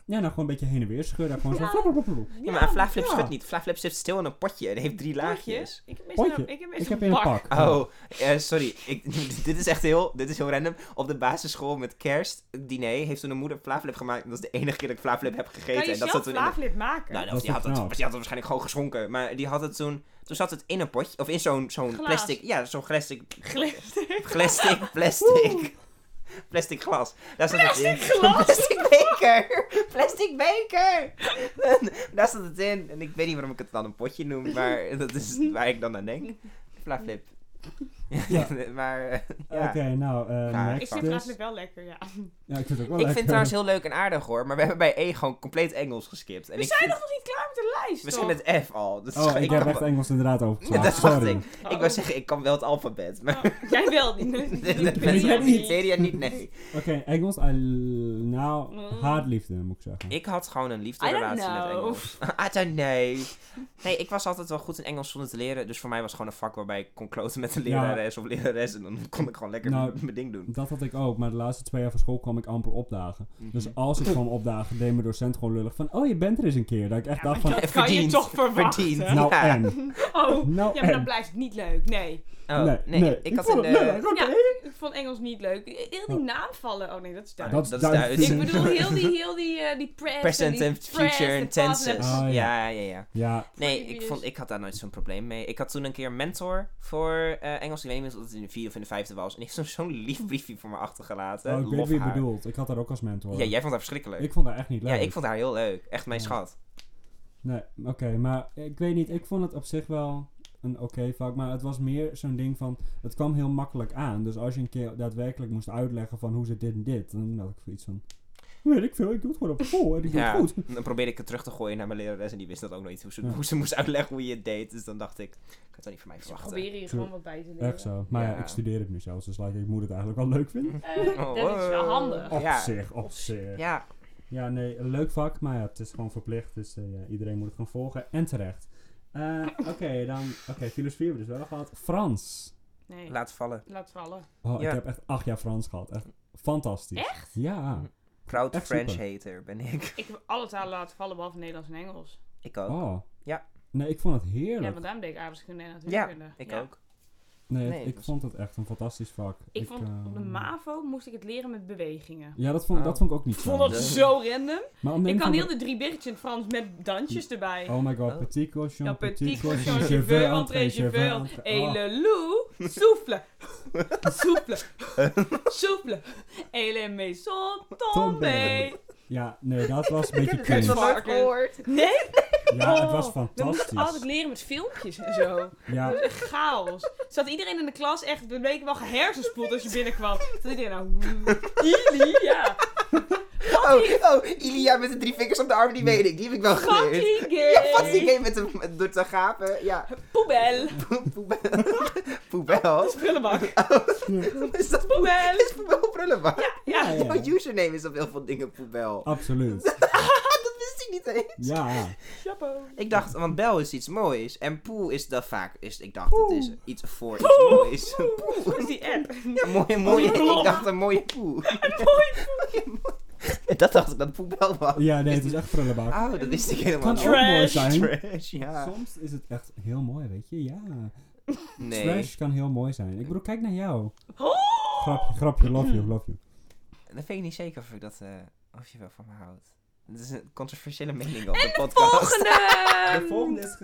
[SPEAKER 3] Ja, nou gewoon een beetje heen en weer schudden. Gewoon
[SPEAKER 2] Ja.
[SPEAKER 3] zo. flop, flop, flop, flop.
[SPEAKER 1] Ja, maar een vlaaflip
[SPEAKER 3] ja.
[SPEAKER 1] schudt niet. Vlaaflip zit stil in een potje en heeft drie laagjes.
[SPEAKER 2] Ik heb
[SPEAKER 3] Potje.
[SPEAKER 2] meestal ik heb
[SPEAKER 3] Ik
[SPEAKER 2] meestal
[SPEAKER 3] heb in een pak. Ja.
[SPEAKER 1] Oh, eh, sorry. Ik, dit is echt heel, dit is heel random. Op de basisschool met kerstdiner heeft toen een moeder vlaaflip gemaakt. En dat is de enige keer dat ik vlaaflip heb gegeten.
[SPEAKER 2] Kan je
[SPEAKER 1] en dat
[SPEAKER 2] zelf
[SPEAKER 1] toen in de-
[SPEAKER 2] vlaaflip maken?
[SPEAKER 1] Nou,
[SPEAKER 3] Dat
[SPEAKER 1] nou
[SPEAKER 3] is
[SPEAKER 1] die, had
[SPEAKER 3] toch
[SPEAKER 1] het, die had het
[SPEAKER 3] knap.
[SPEAKER 1] waarschijnlijk gewoon geschonken. Maar die had het toen... Toen zat het in een potje. Of in zo'n zo'n
[SPEAKER 2] Glaas.
[SPEAKER 1] plastic... Ja, zo'n plastic...
[SPEAKER 2] Glitter.
[SPEAKER 1] Plastic, plastic. Plastic glas. Daar zat het in.
[SPEAKER 2] Plastic glas?
[SPEAKER 1] Plastic beker. Plastic beker. En daar zat het in. En ik weet niet waarom ik het dan een potje noem, maar dat is waar ik dan aan denk. Flaflip.
[SPEAKER 3] Ja.
[SPEAKER 1] maar eh, ja.
[SPEAKER 3] Oké, nou, eh
[SPEAKER 1] Ja,
[SPEAKER 3] Max
[SPEAKER 1] ik vind
[SPEAKER 2] Ik
[SPEAKER 1] het
[SPEAKER 2] vind het
[SPEAKER 3] dus.
[SPEAKER 2] eigenlijk wel lekker, ja.
[SPEAKER 3] Ja, ik vind het ook wel eh.
[SPEAKER 1] Ik
[SPEAKER 3] lekker.
[SPEAKER 1] vind het trouwens heel leuk en aardig hoor, maar we hebben bij E gewoon compleet Engels geskipt. En
[SPEAKER 2] We
[SPEAKER 1] ik
[SPEAKER 2] zijn
[SPEAKER 1] vind-
[SPEAKER 2] nog niet klaar met de lijst,
[SPEAKER 1] we
[SPEAKER 2] toch?
[SPEAKER 1] zijn met F al. Dus
[SPEAKER 3] Oh, ik heb echt Engels inderdaad
[SPEAKER 1] Ja,
[SPEAKER 3] overgeslagen.
[SPEAKER 1] dat dacht
[SPEAKER 3] Sorry.
[SPEAKER 1] ik. Ik wou zeggen, ik kan wel het alfabet, maar...
[SPEAKER 2] Oh, jij wel niet.
[SPEAKER 3] weet jij
[SPEAKER 1] Wikipedia
[SPEAKER 3] niet.
[SPEAKER 1] niet. Wikipedia niet, nee.
[SPEAKER 3] Oké, Engels, I, nou,
[SPEAKER 2] Mm.
[SPEAKER 3] haatliefde moet ik zeggen.
[SPEAKER 1] Ik had gewoon een
[SPEAKER 2] I
[SPEAKER 1] liefdesrelatie
[SPEAKER 2] don't
[SPEAKER 1] met
[SPEAKER 2] know.
[SPEAKER 1] Engels. I don't know. Nee, ik was altijd wel goed in Engels zonder te leren. Dus voor mij was het gewoon een vak waarbij ik kon kloten met een
[SPEAKER 3] Ja.
[SPEAKER 1] lerares of lerares. En dan kon ik gewoon lekker
[SPEAKER 3] Nou,
[SPEAKER 1] mijn ding doen.
[SPEAKER 3] Dat had ik ook, maar de laatste twee jaar van school kwam ik amper opdagen. Dus
[SPEAKER 1] Mhm.
[SPEAKER 3] als ik kwam opdagen, deed mijn docent gewoon lullig van, oh, je bent er eens een keer. Dat ik echt dacht van,
[SPEAKER 2] dat kan je
[SPEAKER 1] Verdiend.
[SPEAKER 2] toch verwachten.
[SPEAKER 1] Verdiend.
[SPEAKER 3] nou
[SPEAKER 1] Ja.
[SPEAKER 3] en.
[SPEAKER 2] Oh,
[SPEAKER 3] Nou
[SPEAKER 2] ja, maar dan
[SPEAKER 3] en.
[SPEAKER 2] blijft het niet leuk, nee.
[SPEAKER 1] Oh, nee, ik had eh, in
[SPEAKER 3] vond
[SPEAKER 1] de...
[SPEAKER 3] het lullig, oké.
[SPEAKER 2] Ja, ik vond Engels niet leuk. Heel die naamvallen, oh nee, dat is
[SPEAKER 1] Ja,
[SPEAKER 2] duidelijk.
[SPEAKER 1] dat is
[SPEAKER 3] duidelijk.
[SPEAKER 1] duidelijk.
[SPEAKER 2] Ik bedoel, heel die, heel die, eh, die press
[SPEAKER 1] Present
[SPEAKER 2] en
[SPEAKER 1] and
[SPEAKER 2] die press
[SPEAKER 1] future
[SPEAKER 2] en
[SPEAKER 1] and
[SPEAKER 2] past en-
[SPEAKER 1] tenses.
[SPEAKER 3] Ah,
[SPEAKER 1] ja,
[SPEAKER 3] ja.
[SPEAKER 1] ja, ja.
[SPEAKER 3] Ja,
[SPEAKER 1] Nee, ik,
[SPEAKER 2] Previous.
[SPEAKER 1] vond, ik had daar nooit zo'n probleem mee. Ik had toen een keer een mentor voor eh, Engels. Ik weet niet of het in de vierde of in de vijfde was. En die heeft zo'n zo'n lief briefje voor me achtergelaten.
[SPEAKER 3] oh, ik weet
[SPEAKER 1] Love
[SPEAKER 3] wie je
[SPEAKER 1] haar.
[SPEAKER 3] bedoelt. Ik had haar ook als mentor.
[SPEAKER 1] Ja, jij vond haar verschrikkelijk.
[SPEAKER 3] Ik vond haar echt niet leuk.
[SPEAKER 1] ja, ik vond haar heel leuk. Echt mijn
[SPEAKER 3] Ja.
[SPEAKER 1] schat.
[SPEAKER 3] Nee, oké, maar ik weet niet. Ik vond het op zich wel een oké vak. Maar het was meer zo'n ding van. Het kwam heel makkelijk aan. Dus als je een keer daadwerkelijk moest uitleggen van hoe zit dit en dit. Dan had ik zoiets van. Weet ik veel, ik doe het gewoon op school en ik doe
[SPEAKER 1] Ja,
[SPEAKER 3] het goed.
[SPEAKER 1] dan probeerde ik het terug te gooien naar mijn lerares. En die wist dat ook nooit hoe ze,
[SPEAKER 3] Ja.
[SPEAKER 1] hoe ze moest uitleggen hoe je het deed. Dus dan dacht ik, ik kan het dan niet van mij
[SPEAKER 3] Oh,
[SPEAKER 2] Ze
[SPEAKER 1] verwachten.
[SPEAKER 2] proberen hier gewoon wat bij te leren.
[SPEAKER 3] Echt zo. Maar ja.
[SPEAKER 1] Ja.
[SPEAKER 3] ik studeer het nu zelfs. Dus like, ik moet het eigenlijk wel leuk vinden.
[SPEAKER 2] Eh,
[SPEAKER 1] Oh,
[SPEAKER 2] dat is wel
[SPEAKER 1] wow.
[SPEAKER 2] handig.
[SPEAKER 3] Op
[SPEAKER 1] Ja.
[SPEAKER 3] zich, op zich. Ja.
[SPEAKER 1] Ja,
[SPEAKER 3] nee, een leuk vak. Maar ja, het is gewoon verplicht. Dus eh, ja, iedereen moet het gewoon volgen. En terecht. Eh, oké, dan. Oké, filosofie hebben we dus wel gehad. Frans.
[SPEAKER 2] Nee,
[SPEAKER 1] laat vallen.
[SPEAKER 2] laat vallen.
[SPEAKER 3] Oh,
[SPEAKER 1] Ja.
[SPEAKER 3] ik heb echt acht jaar Frans gehad. Echt fantastisch. Echt? Ja.
[SPEAKER 1] Proud
[SPEAKER 3] Echt
[SPEAKER 1] French
[SPEAKER 3] super.
[SPEAKER 1] hater ben ik.
[SPEAKER 2] Ik heb alle talen laten vallen, behalve Nederlands en Engels.
[SPEAKER 1] Ik ook.
[SPEAKER 3] Oh.
[SPEAKER 1] Ja.
[SPEAKER 3] Nee, ik vond het
[SPEAKER 2] Ja,
[SPEAKER 3] heerlijk.
[SPEAKER 2] want daarom deed ik aardrijkskunde en
[SPEAKER 1] Ja,
[SPEAKER 2] natuurkunde.
[SPEAKER 1] ik
[SPEAKER 2] Ja.
[SPEAKER 1] ook.
[SPEAKER 3] nee,
[SPEAKER 1] nee,
[SPEAKER 3] ik
[SPEAKER 1] dat was-
[SPEAKER 3] vond het echt een fantastisch vak.
[SPEAKER 2] dus- Ik vond op de
[SPEAKER 3] eh,
[SPEAKER 2] MAVO moest ik het leren met bewegingen.
[SPEAKER 3] Ja, dat vond, dat vond ik ook niet
[SPEAKER 2] Ik vond
[SPEAKER 3] fijn.
[SPEAKER 2] dat
[SPEAKER 1] Ja.
[SPEAKER 2] zo random.
[SPEAKER 3] Maar om de
[SPEAKER 2] Ik
[SPEAKER 3] een
[SPEAKER 2] kan
[SPEAKER 3] van
[SPEAKER 2] heel de drie biggetjes in het Frans met dansjes erbij.
[SPEAKER 3] Oh my god,
[SPEAKER 1] Oh.
[SPEAKER 3] petit cochon,
[SPEAKER 2] Ja,
[SPEAKER 3] petit
[SPEAKER 2] petit cochon,
[SPEAKER 3] cochon,
[SPEAKER 2] je
[SPEAKER 3] veux
[SPEAKER 2] veux
[SPEAKER 3] entrer,
[SPEAKER 2] entrer, je veux
[SPEAKER 3] entrer.
[SPEAKER 2] Et
[SPEAKER 3] Oh,
[SPEAKER 2] le loup souffle, souffle, souffle. Et les maisons tombées.
[SPEAKER 3] Tombées. Ja, nee, dat was een beetje
[SPEAKER 1] heb het
[SPEAKER 3] cringe.
[SPEAKER 1] nog nooit
[SPEAKER 2] Varken.
[SPEAKER 1] gehoord.
[SPEAKER 2] Nee,
[SPEAKER 3] Ja, Ah, het
[SPEAKER 2] Oh,
[SPEAKER 3] was
[SPEAKER 2] we moesten altijd
[SPEAKER 3] fantastisch.
[SPEAKER 2] leren met filmpjes en zo.
[SPEAKER 3] Ja,
[SPEAKER 2] Chaos. Zat iedereen in de klas echt, we weken wel gehersenspoeld als je binnenkwam. Zat iedereen nou, Ili, ja.
[SPEAKER 1] Oh, oh, Ilia met de drie vingers op de arm, die weet ik. Die heb ik wel geleerd.
[SPEAKER 2] Oh, Fucking
[SPEAKER 1] Ja, fuck die
[SPEAKER 2] gay.
[SPEAKER 1] game met de, met- door te gapen. Ja,
[SPEAKER 2] Poebel.
[SPEAKER 1] poe- poebel. poebel.
[SPEAKER 2] Prullenbak.
[SPEAKER 1] Is dat poe-
[SPEAKER 2] Poebel.
[SPEAKER 1] is poebel prullenbak?
[SPEAKER 2] Ja,
[SPEAKER 3] Ja.
[SPEAKER 1] Jouw username is op heel veel dingen poebel.
[SPEAKER 3] Oh. absoluut.
[SPEAKER 1] Dat wist ik niet eens.
[SPEAKER 3] Ja,
[SPEAKER 2] chapeau.
[SPEAKER 1] Ik dacht, want bel is iets moois en poe is dat vaak. Is, ik dacht, dat is iets voor iets moois.
[SPEAKER 2] Wat is die app?
[SPEAKER 1] Ja, mooie, mooie.
[SPEAKER 2] Oh.
[SPEAKER 1] Ik dacht een mooie poe. Een mooie poe. Dat dacht ik dat poebel was.
[SPEAKER 3] ja nee, het is echt prullenbak.
[SPEAKER 1] Oh, dat wist ik helemaal
[SPEAKER 3] kan ook
[SPEAKER 1] niet.
[SPEAKER 3] mooi
[SPEAKER 2] Trash.
[SPEAKER 3] zijn.
[SPEAKER 1] Trash, ja.
[SPEAKER 3] Soms is het echt heel mooi, weet je. Ja.
[SPEAKER 1] Nee,
[SPEAKER 3] Trash kan heel mooi zijn. Ik bedoel, kijk naar jou.
[SPEAKER 2] Oh.
[SPEAKER 3] Grapje, grapje, love you, love you.
[SPEAKER 1] dan vind ik niet zeker of ik dat, eh, of je wel van me houdt. Het is een controversiële mening op de podcast.
[SPEAKER 2] Volgende!
[SPEAKER 3] De volgende is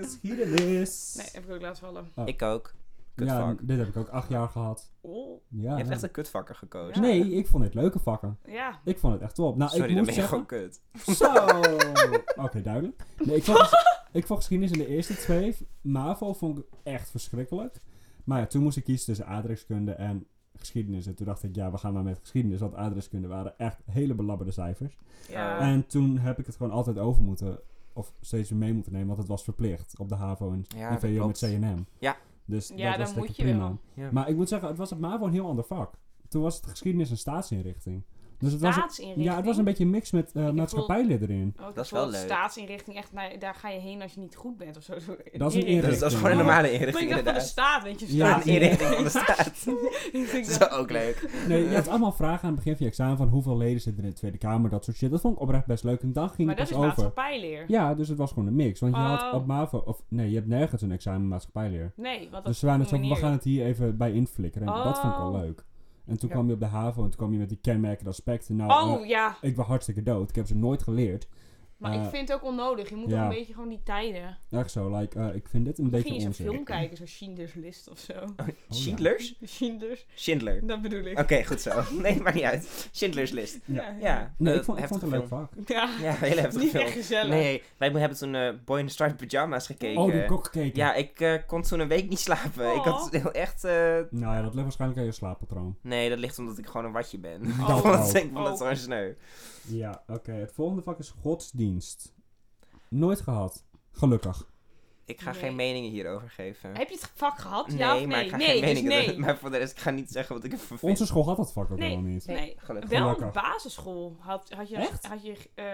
[SPEAKER 3] geschiedenis.
[SPEAKER 2] Nee, heb ik ook laten vallen.
[SPEAKER 1] Ik ook.
[SPEAKER 3] ja,
[SPEAKER 1] Kutvak.
[SPEAKER 3] dit heb ik ook acht jaar gehad.
[SPEAKER 2] Oh.
[SPEAKER 3] Ja.
[SPEAKER 1] je hebt echt een kutvakker gekozen.
[SPEAKER 2] Ja.
[SPEAKER 3] Nee, ik vond dit leuke vakken.
[SPEAKER 2] Ja.
[SPEAKER 3] Ik vond het echt top. Nou,
[SPEAKER 1] Sorry,
[SPEAKER 3] ik
[SPEAKER 1] dan ben
[SPEAKER 3] moet
[SPEAKER 1] je gewoon
[SPEAKER 3] zeggen...
[SPEAKER 1] kut.
[SPEAKER 3] Zo! Oké, duidelijk. Nee, ik, vond, ik vond geschiedenis in de eerste twee. MAVO vond ik echt verschrikkelijk. Maar ja, toen moest ik kiezen tussen aardrijkskunde en geschiedenis. En toen dacht ik, ja, we gaan maar met geschiedenis. Want aardrijkskunde waren echt hele belabberde cijfers.
[SPEAKER 2] Ja.
[SPEAKER 1] Ja.
[SPEAKER 3] En toen heb ik het gewoon altijd over moeten... Of steeds mee moeten nemen, want het was verplicht. Op de HAVO en
[SPEAKER 1] Ja,
[SPEAKER 3] en
[SPEAKER 1] dat
[SPEAKER 3] VO
[SPEAKER 1] klopt.
[SPEAKER 3] met CNM.
[SPEAKER 1] Ja.
[SPEAKER 3] Dus
[SPEAKER 2] Ja,
[SPEAKER 3] dat was
[SPEAKER 2] dan
[SPEAKER 3] lekker
[SPEAKER 2] moet je
[SPEAKER 3] prima.
[SPEAKER 2] wel.
[SPEAKER 1] Ja.
[SPEAKER 3] Maar ik moet zeggen, het was op MAVO een heel ander vak. Toen was het geschiedenis en staatsinrichting. Dus het was,
[SPEAKER 2] Staatsinrichting.
[SPEAKER 3] ja, het was een beetje een mix met eh
[SPEAKER 2] Ik
[SPEAKER 3] maatschappijlid erin.
[SPEAKER 2] Oh, ik
[SPEAKER 1] Dat is
[SPEAKER 2] vond
[SPEAKER 1] wel leuk.
[SPEAKER 2] Staatsinrichting, echt, nou, daar ga je heen als je niet goed bent of zo. Dat
[SPEAKER 3] Dat is een
[SPEAKER 1] Dat is, dat is gewoon een
[SPEAKER 3] Ja.
[SPEAKER 1] normale
[SPEAKER 2] Ik
[SPEAKER 1] inrichting,
[SPEAKER 2] denk dat van de
[SPEAKER 1] inderdaad.
[SPEAKER 2] staat, weet je.
[SPEAKER 3] Ja.
[SPEAKER 1] Ja, een
[SPEAKER 2] staatsinrichting.
[SPEAKER 1] inrichting van de staat.
[SPEAKER 2] Ik
[SPEAKER 1] Dat
[SPEAKER 2] denk dat-
[SPEAKER 1] is wel ook leuk.
[SPEAKER 3] Nee, je had allemaal vragen aan het begin van je examen van hoeveel leden zitten in de Tweede Kamer, dat soort shit. Dat vond ik oprecht best leuk. En dan ging
[SPEAKER 2] Maar
[SPEAKER 3] het
[SPEAKER 2] dat is
[SPEAKER 3] pas over.
[SPEAKER 2] maatschappijleer.
[SPEAKER 3] Ja, dus het was gewoon een mix. Want je had
[SPEAKER 2] Oh.
[SPEAKER 3] op MAVO, of nee, je hebt nergens een examen maatschappijleer.
[SPEAKER 2] Nee, want dat
[SPEAKER 3] Dus ze waren het zo van, we
[SPEAKER 2] combineer je.
[SPEAKER 3] gaan het hier even bij inflikkeren. En dat vond ik wel
[SPEAKER 2] Oh.
[SPEAKER 3] leuk. En toen
[SPEAKER 1] Ja.
[SPEAKER 3] kwam je op de HAVO en toen kwam je met die kenmerkende aspecten. Nou, eh,
[SPEAKER 2] Oh, ja.
[SPEAKER 3] ik was hartstikke dood. Ik heb ze nooit geleerd.
[SPEAKER 2] Maar
[SPEAKER 3] Eh,
[SPEAKER 2] ik vind het ook onnodig. Je moet
[SPEAKER 3] ja.
[SPEAKER 2] toch een beetje gewoon die tijden.
[SPEAKER 3] Echt zo, like, eh, ik vind dit
[SPEAKER 2] Misschien
[SPEAKER 3] een beetje
[SPEAKER 2] eens een
[SPEAKER 3] onzin.
[SPEAKER 2] film kijken, zoals Schindler's List of zo.
[SPEAKER 3] ja.
[SPEAKER 1] Schindlers?
[SPEAKER 2] Schindler's,
[SPEAKER 1] Schindler.
[SPEAKER 2] dat bedoel ik.
[SPEAKER 1] Oké, goed zo. Nee, maakt niet uit. Schindlers List.
[SPEAKER 2] Ja.
[SPEAKER 1] Ja,
[SPEAKER 3] Nee,
[SPEAKER 1] eh,
[SPEAKER 3] ik vond, ik vond het
[SPEAKER 1] heftige
[SPEAKER 3] een leuk
[SPEAKER 1] film.
[SPEAKER 3] vak.
[SPEAKER 2] Ja,
[SPEAKER 1] Ja, heel heftig
[SPEAKER 2] niet echt
[SPEAKER 1] film.
[SPEAKER 2] gezellig.
[SPEAKER 1] Nee, wij hebben toen eh, Boy in Striped Pyjama's gekeken.
[SPEAKER 3] oh, die heb ik ook gekeken.
[SPEAKER 1] Ja, ik eh, kon toen een week niet slapen. Ik had
[SPEAKER 2] Oh.
[SPEAKER 1] heel echt... eh,
[SPEAKER 3] Nou ja, dat ligt waarschijnlijk aan je slaappatroon.
[SPEAKER 1] Nee, dat ligt omdat ik gewoon een watje ben.
[SPEAKER 2] Oh.
[SPEAKER 1] Want ik vond
[SPEAKER 2] Oh.
[SPEAKER 1] dat zo sneu.
[SPEAKER 3] Ja, oké. Het volgende vak is godsdienst. Nooit gehad. Gelukkig.
[SPEAKER 1] Ik ga
[SPEAKER 2] Nee.
[SPEAKER 1] geen meningen hierover geven.
[SPEAKER 2] Heb je het vak gehad?
[SPEAKER 1] Nee,
[SPEAKER 2] ja of nee?
[SPEAKER 1] maar ik ga
[SPEAKER 2] nee,
[SPEAKER 1] geen
[SPEAKER 2] dus
[SPEAKER 1] meningen
[SPEAKER 2] nee.
[SPEAKER 1] Maar voor de rest, ik ga niet zeggen wat ik ervan vind.
[SPEAKER 3] Onze school had dat vak ook
[SPEAKER 2] Nee.
[SPEAKER 3] helemaal niet.
[SPEAKER 2] nee.
[SPEAKER 1] Gelukkig.
[SPEAKER 2] Wel
[SPEAKER 3] Gelukkig.
[SPEAKER 2] een basisschool. Had, had je,
[SPEAKER 3] Echt?
[SPEAKER 2] Had je eh,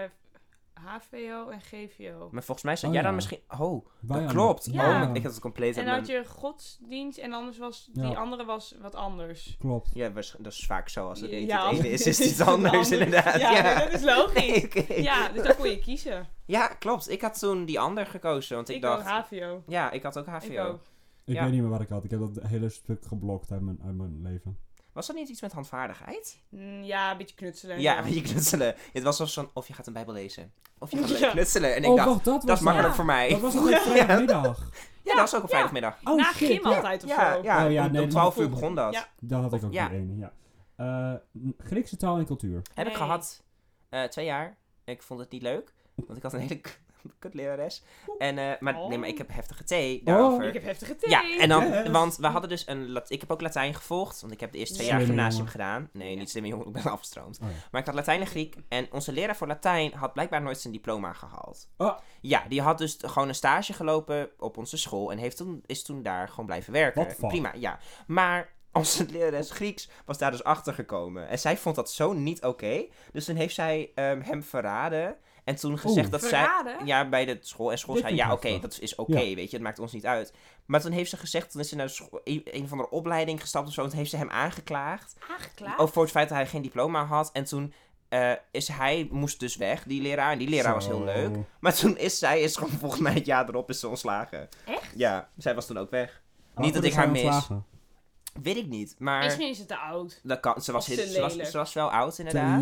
[SPEAKER 2] HVO en GVO.
[SPEAKER 1] Maar volgens mij zat
[SPEAKER 3] Oh,
[SPEAKER 1] jij
[SPEAKER 3] ja.
[SPEAKER 1] dan misschien... Oh,
[SPEAKER 3] Wij
[SPEAKER 1] dat
[SPEAKER 3] hadden-
[SPEAKER 1] klopt.
[SPEAKER 2] Ja.
[SPEAKER 1] Oh, maar ik had het compleet
[SPEAKER 2] En
[SPEAKER 1] aan
[SPEAKER 2] dan
[SPEAKER 1] mijn...
[SPEAKER 2] had je godsdienst en anders was die
[SPEAKER 3] Ja.
[SPEAKER 2] andere was wat anders.
[SPEAKER 3] Klopt.
[SPEAKER 1] Ja, waarsch- dat is vaak zo. Als het eten
[SPEAKER 2] Ja,
[SPEAKER 1] het ene is, is
[SPEAKER 2] het
[SPEAKER 1] het iets anders,
[SPEAKER 2] ander.
[SPEAKER 1] inderdaad.
[SPEAKER 2] Ja,
[SPEAKER 1] Ja,
[SPEAKER 2] nee, dat is logisch.
[SPEAKER 1] Nee, oké.
[SPEAKER 2] Ja, dus dan kon je kiezen.
[SPEAKER 1] Ja, klopt. Ik had toen die ander gekozen, want
[SPEAKER 2] Ik,
[SPEAKER 1] ik,
[SPEAKER 2] dacht,
[SPEAKER 1] dacht...
[SPEAKER 2] HVO.
[SPEAKER 1] Ja, ik had ook
[SPEAKER 2] Ik
[SPEAKER 1] HVO.
[SPEAKER 2] ook.
[SPEAKER 3] Ik
[SPEAKER 1] Ja.
[SPEAKER 3] weet niet meer wat ik had. Ik heb dat hele stuk geblokt uit mijn, uit mijn leven.
[SPEAKER 1] Was dat niet iets met handvaardigheid?
[SPEAKER 2] Mm, Ja, een beetje knutselen. en
[SPEAKER 1] Ja,
[SPEAKER 2] zo.
[SPEAKER 1] weet je, knutselen. Het was alsof zo'n... Of je gaat een bijbel lezen. Of je gaat
[SPEAKER 2] Ja.
[SPEAKER 1] knutselen. En ik
[SPEAKER 3] oh,
[SPEAKER 1] dacht,
[SPEAKER 3] wacht, dat
[SPEAKER 1] dat
[SPEAKER 3] was
[SPEAKER 1] is makkelijk
[SPEAKER 2] Ja.
[SPEAKER 1] voor mij.
[SPEAKER 3] Dat was ook een vrijdagmiddag.
[SPEAKER 1] Ja, dat was ook op vrijdagmiddag.
[SPEAKER 3] Oh,
[SPEAKER 2] Na
[SPEAKER 3] shit,
[SPEAKER 2] gym
[SPEAKER 3] ja.
[SPEAKER 2] altijd of
[SPEAKER 1] Ja,
[SPEAKER 2] zo.
[SPEAKER 1] ja,
[SPEAKER 3] Oh, ja,
[SPEAKER 1] om-
[SPEAKER 3] nee,
[SPEAKER 1] om
[SPEAKER 3] dat
[SPEAKER 1] 12 uur
[SPEAKER 3] voelde ik.
[SPEAKER 1] begon dat.
[SPEAKER 2] Ja.
[SPEAKER 3] Dan had ik ook
[SPEAKER 1] Ja.
[SPEAKER 3] die ene, ja. Eh, n- Griekse taal en cultuur.
[SPEAKER 1] Heb ik
[SPEAKER 2] Nee.
[SPEAKER 1] gehad. Eh, twee jaar. Ik vond het niet leuk. Want ik had een hele k- kutlerares. En, eh, maar, nee, maar
[SPEAKER 2] Oh.
[SPEAKER 1] ik heb heftige thee daarover.
[SPEAKER 3] Oh.
[SPEAKER 2] Ik heb heftige thee.
[SPEAKER 1] Ja, en dan,
[SPEAKER 3] Yes.
[SPEAKER 1] want we hadden dus een... Lat- ik heb ook Latijn gevolgd, want ik heb de eerste twee jaar
[SPEAKER 3] Slimme
[SPEAKER 1] gymnasium
[SPEAKER 3] jongen.
[SPEAKER 1] gedaan. Nee,
[SPEAKER 2] Ja.
[SPEAKER 1] niet slimme jongen, ik ben afgestroomd.
[SPEAKER 3] Oh, ja.
[SPEAKER 1] Maar ik had Latijn en Griek en onze leraar voor Latijn had blijkbaar nooit zijn diploma gehaald.
[SPEAKER 3] Oh.
[SPEAKER 1] Ja, die had dus t- gewoon een stage gelopen op onze school en heeft toen, is toen daar gewoon blijven werken.
[SPEAKER 3] What the fuck?
[SPEAKER 1] Prima, ja. Maar... Onze lerares Grieks was daar dus achter gekomen. En zij vond dat zo niet oké. Dus toen heeft zij ehm, hem verraden. En toen gezegd
[SPEAKER 3] Oeh.
[SPEAKER 1] dat zij.
[SPEAKER 2] Verraden?
[SPEAKER 1] Ja, bij de school. En school
[SPEAKER 3] Dit
[SPEAKER 1] zei,
[SPEAKER 3] vind ik
[SPEAKER 1] ja, oké,
[SPEAKER 3] heftig.
[SPEAKER 1] dat is oké, weet je, het maakt ons niet uit. Maar toen heeft ze gezegd, toen is ze naar de scho- een, een van de opleiding gestapt of zo, en toen heeft ze hem aangeklaagd.
[SPEAKER 2] Aangeklaagd?
[SPEAKER 1] Over voor het feit dat hij geen diploma had. En toen eh, is hij, moest dus weg, die leraar. En die leraar was heel
[SPEAKER 3] Zo.
[SPEAKER 1] leuk. Maar toen is zij, is gewoon volgens mij het jaar erop, is ze ontslagen.
[SPEAKER 2] Echt?
[SPEAKER 1] Ja, zij was toen ook weg.
[SPEAKER 3] Waarvoor
[SPEAKER 1] dat
[SPEAKER 3] is
[SPEAKER 1] ik haar
[SPEAKER 3] zij
[SPEAKER 1] mis.
[SPEAKER 3] ontslagen?
[SPEAKER 1] Weet ik niet, maar...
[SPEAKER 2] Misschien is het te oud.
[SPEAKER 1] Dat kan, ze, was,
[SPEAKER 2] Of
[SPEAKER 1] heel-
[SPEAKER 2] te
[SPEAKER 1] ze, was,
[SPEAKER 2] lelijk.
[SPEAKER 1] ze was wel oud,
[SPEAKER 3] Te
[SPEAKER 1] inderdaad.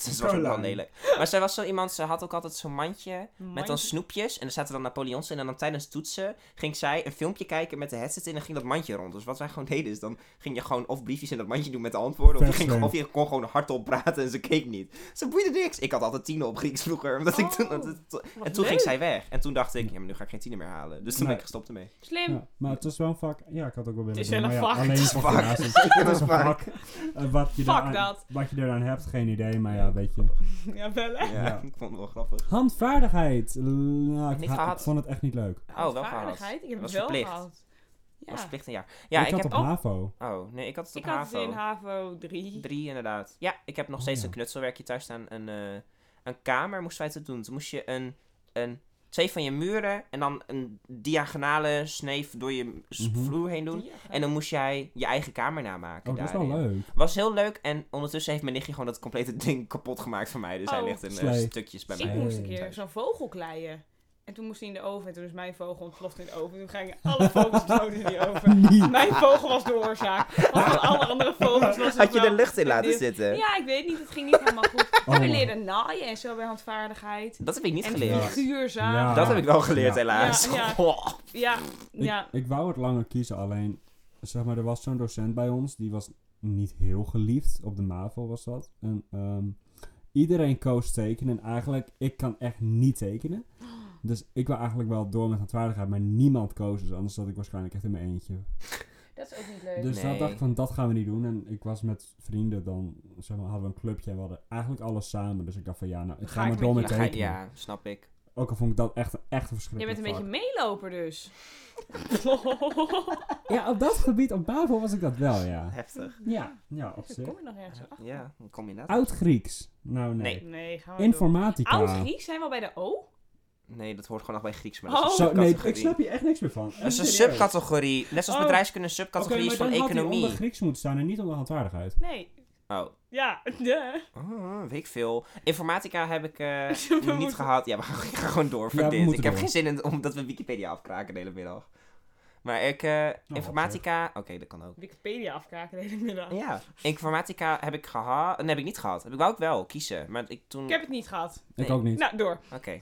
[SPEAKER 1] Ze was ook wel
[SPEAKER 3] Caroline.
[SPEAKER 1] lelijk. Maar zij was zo iemand, ze had ook altijd zo'n mandje. Met dan
[SPEAKER 2] Mandje.
[SPEAKER 1] snoepjes. En er zaten dan Napoleons in. En dan tijdens toetsen ging zij een filmpje kijken met de headset in. En ging dat mandje rond. Dus wat wij gewoon deden is dan ging je gewoon of briefjes in dat mandje doen met de antwoorden. Of je, ging,
[SPEAKER 3] Verslepen.
[SPEAKER 1] of je kon gewoon hardop praten en ze keek niet. Ze boeide niks. Ik had altijd tienen op Grieks vroeger. Omdat ik toen,
[SPEAKER 2] Oh,
[SPEAKER 1] want het- en
[SPEAKER 2] Wat
[SPEAKER 1] toen
[SPEAKER 2] leuk.
[SPEAKER 1] ging zij weg. en toen dacht ik, ja maar nu ga ik geen tienen meer halen. Dus toen
[SPEAKER 3] Nee.
[SPEAKER 1] ben ik gestopt ermee.
[SPEAKER 2] Slim.
[SPEAKER 3] Ja, maar het is wel een vak. Ja, ik had ook wel
[SPEAKER 2] Het
[SPEAKER 3] willen
[SPEAKER 2] is
[SPEAKER 3] doen,
[SPEAKER 2] wel een
[SPEAKER 3] maar ja,
[SPEAKER 2] vak.
[SPEAKER 3] alleen
[SPEAKER 2] Het
[SPEAKER 1] is
[SPEAKER 3] voor
[SPEAKER 1] vak.
[SPEAKER 3] gymnasiums.
[SPEAKER 1] Het
[SPEAKER 3] Het
[SPEAKER 1] is
[SPEAKER 3] is een
[SPEAKER 1] vak.
[SPEAKER 3] vak. Eh, Wat je,
[SPEAKER 2] Fuck
[SPEAKER 3] eraan,
[SPEAKER 2] dat.
[SPEAKER 3] wat je eraan hebt, geen idee, maar ja, weet je.
[SPEAKER 2] Ja, wel hè?
[SPEAKER 1] Ja,
[SPEAKER 3] Ja.
[SPEAKER 1] ik vond het wel grappig.
[SPEAKER 3] Handvaardigheid. L- nou, ik,
[SPEAKER 1] Niet
[SPEAKER 3] ha- ik
[SPEAKER 1] gehad.
[SPEAKER 3] vond het echt niet leuk.
[SPEAKER 1] Oh, wel
[SPEAKER 2] Vaardigheid.
[SPEAKER 1] gehad.
[SPEAKER 2] Ik heb
[SPEAKER 1] was
[SPEAKER 2] het wel
[SPEAKER 1] verplicht.
[SPEAKER 2] gehad. Ja.
[SPEAKER 1] was verplicht een jaar. Ja,
[SPEAKER 3] ik,
[SPEAKER 1] ik,
[SPEAKER 3] had
[SPEAKER 1] heb...
[SPEAKER 3] op
[SPEAKER 2] Oh.
[SPEAKER 3] HAVO.
[SPEAKER 1] Oh, nee, ik had het op
[SPEAKER 2] Ik had het
[SPEAKER 1] HAVO.
[SPEAKER 2] in HAVO 3.
[SPEAKER 1] Drie, inderdaad. Ja, ik heb nog
[SPEAKER 3] Oh,
[SPEAKER 1] steeds
[SPEAKER 3] ja.
[SPEAKER 1] een knutselwerkje thuis staan. Een, eh, een kamer moesten wij te doen. Toen moest je een, een, twee van je muren en dan een diagonale sneef door je s-
[SPEAKER 3] Mhm.
[SPEAKER 1] vloer heen doen. En dan moest jij je eigen kamer namaken.
[SPEAKER 3] Oh, dat is wel
[SPEAKER 1] daarin.
[SPEAKER 3] leuk.
[SPEAKER 1] Was heel leuk. En ondertussen heeft mijn nichtje gewoon dat complete ding kapot gemaakt van mij. Dus hij
[SPEAKER 2] Oh.
[SPEAKER 1] ligt in eh,
[SPEAKER 3] Slee.
[SPEAKER 1] stukjes bij
[SPEAKER 2] ik
[SPEAKER 1] mij.
[SPEAKER 2] moest een
[SPEAKER 3] Nee.
[SPEAKER 2] keer zo'n vogel kleien. En toen moest hij in de oven. En toen is mijn vogel ontploft in de oven. Toen gingen alle vogels dood in die oven.
[SPEAKER 3] Niet.
[SPEAKER 2] Mijn vogel was de oorzaak. Want van alle andere vogels was het
[SPEAKER 1] Had je
[SPEAKER 2] wel-
[SPEAKER 1] de lucht in laten
[SPEAKER 2] dit-
[SPEAKER 1] zitten?
[SPEAKER 2] Ja, ik weet niet. Het ging niet helemaal goed.
[SPEAKER 3] Oh.
[SPEAKER 2] We leren naaien en zo bij handvaardigheid.
[SPEAKER 1] Dat heb ik niet
[SPEAKER 2] en
[SPEAKER 1] geleerd.
[SPEAKER 2] figuurzaam.
[SPEAKER 3] Ja.
[SPEAKER 1] Dat heb ik wel geleerd,
[SPEAKER 3] Ja.
[SPEAKER 1] helaas.
[SPEAKER 2] Ja, ja.
[SPEAKER 1] Goh.
[SPEAKER 2] Ja,
[SPEAKER 3] Ik,
[SPEAKER 2] ja.
[SPEAKER 3] ik wou het langer kiezen, alleen zeg maar, er was zo'n docent bij ons, die was niet heel geliefd. Op de MAVO was dat. En, ehm, iedereen koos tekenen en eigenlijk, ik kan echt niet tekenen. Dus ik wou eigenlijk wel door met handvaardigheid, maar niemand koos dus. Anders zat ik waarschijnlijk echt in mijn eentje.
[SPEAKER 2] Dat is ook niet leuk.
[SPEAKER 3] Dus
[SPEAKER 1] Nee.
[SPEAKER 3] dat dacht ik van, dat gaan we niet doen. En ik was met vrienden dan, zeg maar, hadden we een clubje en we hadden eigenlijk alles samen. Dus ik dacht van, ja, nou, ik
[SPEAKER 2] Ga ik
[SPEAKER 3] ga maar
[SPEAKER 2] met
[SPEAKER 3] door
[SPEAKER 2] je-
[SPEAKER 3] met
[SPEAKER 1] Ja, ga-
[SPEAKER 3] tekenen.
[SPEAKER 1] ja, snap ik.
[SPEAKER 3] Ook al vond ik dat echt, echt een
[SPEAKER 2] Jij
[SPEAKER 3] verschrikkelijk
[SPEAKER 2] bent een beetje
[SPEAKER 3] vak.
[SPEAKER 2] meeloper dus.
[SPEAKER 3] Ja, op dat gebied, op Bavo was ik dat wel, ja.
[SPEAKER 1] Heftig.
[SPEAKER 3] Ja, ja op zich.
[SPEAKER 2] Kom je nog ergens achter?
[SPEAKER 1] Ja, dan kom je na.
[SPEAKER 3] Oud-Grieks. Nou, nee.
[SPEAKER 1] Nee.
[SPEAKER 2] Nee, gaan we
[SPEAKER 3] Informatica.
[SPEAKER 2] Oud Grieks zijn we al bij de O?
[SPEAKER 1] Nee, dat hoort gewoon nog bij Grieks. Maar
[SPEAKER 2] Oh.
[SPEAKER 1] dat is een
[SPEAKER 3] Zo, nee, ik
[SPEAKER 1] subcategorie.
[SPEAKER 3] snap hier echt niks meer van.
[SPEAKER 1] Dat is een subcategorie. Net zoals
[SPEAKER 3] Oh.
[SPEAKER 1] bedrijfskunde een subcategorie is van
[SPEAKER 3] Had hij
[SPEAKER 1] economie.
[SPEAKER 3] onder Grieks moeten staan en niet onder handvaardigheid.
[SPEAKER 2] Nee.
[SPEAKER 1] Oh.
[SPEAKER 2] Ja, de.
[SPEAKER 1] Oh, weet ik veel. Informatica heb ik eh,
[SPEAKER 2] We moeten-
[SPEAKER 1] niet gehad. Ja, maar ik ga gewoon door voor
[SPEAKER 3] Ja, we
[SPEAKER 1] dit.
[SPEAKER 3] moeten
[SPEAKER 1] Ik heb
[SPEAKER 3] door.
[SPEAKER 1] geen zin in omdat we Wikipedia afkraken de hele middag. Maar ik, eh,
[SPEAKER 3] Oh, wat
[SPEAKER 1] informatica... Oké, dat kan ook.
[SPEAKER 2] Wikipedia afkraken de hele middag.
[SPEAKER 1] Ja, informatica heb ik gehad. Nee, heb ik niet gehad. Heb ik wou ik wel kiezen. Maar ik toen...
[SPEAKER 2] Ik heb het niet gehad.
[SPEAKER 3] Ik ook niet.
[SPEAKER 2] Nou, door.
[SPEAKER 1] Oké.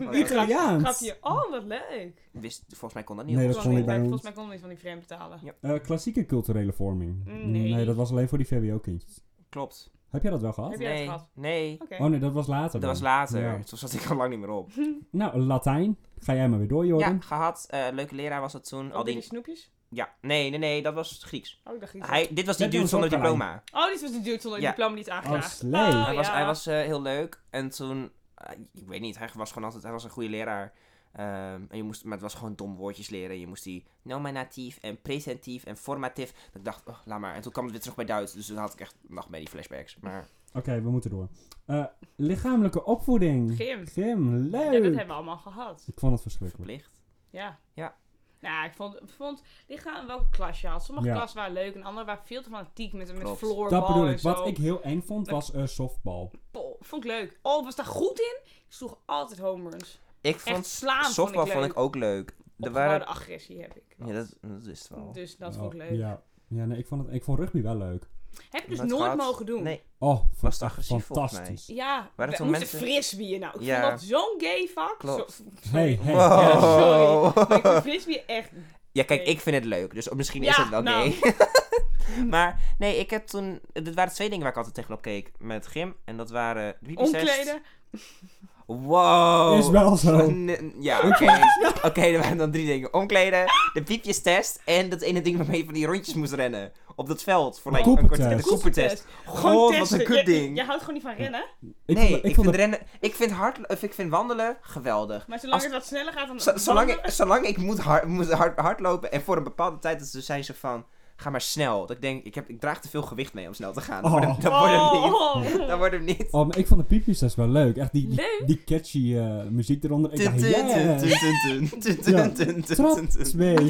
[SPEAKER 1] Oh,
[SPEAKER 3] Italiaans.
[SPEAKER 2] Grapje. Oh, wat leuk.
[SPEAKER 1] Wist Volgens mij kon dat niet
[SPEAKER 3] Nee,
[SPEAKER 1] op.
[SPEAKER 3] dat
[SPEAKER 2] Volgens mij
[SPEAKER 3] stond niet bij
[SPEAKER 2] kon-
[SPEAKER 3] ons.
[SPEAKER 2] volgens mij kon niet van die vreemde talen.
[SPEAKER 3] Eh, klassieke culturele vorming.
[SPEAKER 2] Nee.
[SPEAKER 3] dat was alleen voor die VWO-kindjes.
[SPEAKER 1] Klopt.
[SPEAKER 3] Heb jij dat wel gehad?
[SPEAKER 2] Heb jij het
[SPEAKER 1] nee,
[SPEAKER 2] gehad?
[SPEAKER 1] nee.
[SPEAKER 2] Oké.
[SPEAKER 3] Oh nee, dat was later.
[SPEAKER 1] Dat
[SPEAKER 3] dan.
[SPEAKER 1] was later.
[SPEAKER 3] Ja.
[SPEAKER 1] Toen zat ik al lang niet meer op.
[SPEAKER 3] Nou, Latijn. Ga jij maar weer door, Jordan.
[SPEAKER 1] Ja, gehad. Eh, leuke leraar was dat toen. Al
[SPEAKER 2] Al Oh, die
[SPEAKER 1] die...
[SPEAKER 2] snoepjes?
[SPEAKER 1] Ja, nee, nee, nee. Dat was Grieks.
[SPEAKER 2] Oh, ik dacht iets.
[SPEAKER 1] Hij, dit was die
[SPEAKER 3] Dat
[SPEAKER 1] dude
[SPEAKER 3] was
[SPEAKER 1] zonder
[SPEAKER 3] ook klein.
[SPEAKER 1] diploma.
[SPEAKER 2] Oh, dit was de dude zonder
[SPEAKER 1] Ja.
[SPEAKER 2] diploma die het aangevraagd.
[SPEAKER 3] Oh, slee.
[SPEAKER 2] Oh,
[SPEAKER 1] hij was,
[SPEAKER 2] ja.
[SPEAKER 1] hij was eh, heel leuk. En toen, eh, ik weet niet, hij was gewoon altijd, hij was een goede leraar. Ehm, en je moest, maar het was gewoon dom woordjes leren. Je moest die nominatief en presentief en formatief. Dat ik dacht, oh, laat maar. En toen kwam het weer terug bij Duits. Dus toen had ik echt nachtmerrie flashbacks. Maar
[SPEAKER 3] Oké, we moeten door. Eh, lichamelijke opvoeding.
[SPEAKER 2] Gym.
[SPEAKER 3] Gym,
[SPEAKER 2] Ja,
[SPEAKER 3] leuk.
[SPEAKER 2] dat hebben we allemaal gehad.
[SPEAKER 3] Ik vond het verschrikkelijk.
[SPEAKER 1] verplicht.
[SPEAKER 2] Ja.
[SPEAKER 1] Ja.
[SPEAKER 2] Nou, ik vond, ik vond lichaam welke klas je had. Sommige
[SPEAKER 3] Ja.
[SPEAKER 2] klassen waren leuk en andere waren veel te fanatiek met, met
[SPEAKER 1] Klopt.
[SPEAKER 2] floorbal
[SPEAKER 3] Dat bedoel
[SPEAKER 2] en
[SPEAKER 3] ik.
[SPEAKER 2] zo.
[SPEAKER 3] Wat ik heel eng vond, was eh, softbal.
[SPEAKER 2] Poh, vond ik leuk. Oh, ik was daar goed in? Ik sloeg altijd homeruns.
[SPEAKER 1] Ik
[SPEAKER 2] Echt
[SPEAKER 1] vond
[SPEAKER 2] slaan
[SPEAKER 1] softbal
[SPEAKER 2] vond ik
[SPEAKER 1] vond
[SPEAKER 2] leuk.
[SPEAKER 1] ik ook leuk. Er
[SPEAKER 2] Opgebouwde
[SPEAKER 1] waren,
[SPEAKER 2] agressie heb ik.
[SPEAKER 1] ja, dat, dat is het wel.
[SPEAKER 2] Dus dat
[SPEAKER 3] Oh,
[SPEAKER 2] vond ik leuk.
[SPEAKER 3] Ja, ja nee, ik, vond het, ik vond rugby wel leuk.
[SPEAKER 2] Heb ik dus
[SPEAKER 1] Dat
[SPEAKER 2] nooit
[SPEAKER 1] gaat-
[SPEAKER 2] mogen doen.
[SPEAKER 1] Nee,
[SPEAKER 3] Oh, vond
[SPEAKER 1] Was
[SPEAKER 3] ik
[SPEAKER 1] het
[SPEAKER 3] echt
[SPEAKER 1] agressief volgens mij?
[SPEAKER 3] fantastisch.
[SPEAKER 2] Ja,
[SPEAKER 1] Waren
[SPEAKER 2] we
[SPEAKER 1] toen
[SPEAKER 2] moesten
[SPEAKER 1] mensen-
[SPEAKER 2] frisbieën nou. Ik
[SPEAKER 1] Ja.
[SPEAKER 2] vond dat zo'n gay vak.
[SPEAKER 1] Klopt.
[SPEAKER 2] Zo-
[SPEAKER 3] Hey, hey.
[SPEAKER 1] Wow.
[SPEAKER 3] ja, sorry.
[SPEAKER 2] Sorry, maar ik vind frisbee echt...
[SPEAKER 1] Ja, kijk, ik vind het leuk, dus misschien is
[SPEAKER 2] Ja,
[SPEAKER 1] het wel
[SPEAKER 2] nou.
[SPEAKER 1] gay. maar nee, ik heb toen. Dit waren twee dingen waar ik altijd tegenop keek met gym. En dat waren. wiebicest.
[SPEAKER 2] Omkleden.
[SPEAKER 1] Wow.
[SPEAKER 3] Is wel zo.
[SPEAKER 1] N- Ja, oké. Oké, er waren dan drie dingen. Omkleden, de piepjestest en dat ene ding waarmee je van die rondjes moest rennen. Op dat veld. Voor like, een
[SPEAKER 3] Coopertest.
[SPEAKER 1] kwartier. De Coopertest.
[SPEAKER 2] Gewoon
[SPEAKER 1] God, wat
[SPEAKER 2] testen.
[SPEAKER 1] een
[SPEAKER 2] Je-
[SPEAKER 1] kut ding.
[SPEAKER 2] Je, houdt gewoon niet van rennen.
[SPEAKER 3] Ik
[SPEAKER 1] nee,
[SPEAKER 3] vond,
[SPEAKER 1] ik,
[SPEAKER 3] ik
[SPEAKER 1] vind
[SPEAKER 3] vond het,
[SPEAKER 1] rennen, ik vind hard, of ik vind wandelen geweldig.
[SPEAKER 2] Maar zolang
[SPEAKER 1] Als-
[SPEAKER 2] het wat sneller gaat dan...
[SPEAKER 1] Z- zolang, ik, zolang ik moet, hard, moet hard, hardlopen en voor een bepaalde tijd, dat ze zijn ze van, ga maar snel. Dat ik denk, ik, heb, ik draag te veel gewicht mee om snel te gaan. Dat wordt hem- dat wordt hem niet.
[SPEAKER 2] Oh.
[SPEAKER 1] Dat wordt hem niet.
[SPEAKER 3] oh, maar ik vond de piepjes wel leuk. Echt die, die,
[SPEAKER 2] Leuk.
[SPEAKER 3] die catchy eh, muziek eronder. Ik
[SPEAKER 1] Tun,
[SPEAKER 3] dacht,
[SPEAKER 1] tun, tun,
[SPEAKER 3] yeah.
[SPEAKER 1] tun, tun, tun, tun,
[SPEAKER 3] Ja.
[SPEAKER 1] tun, tun,
[SPEAKER 3] Trap
[SPEAKER 1] tun, tun.
[SPEAKER 3] twee.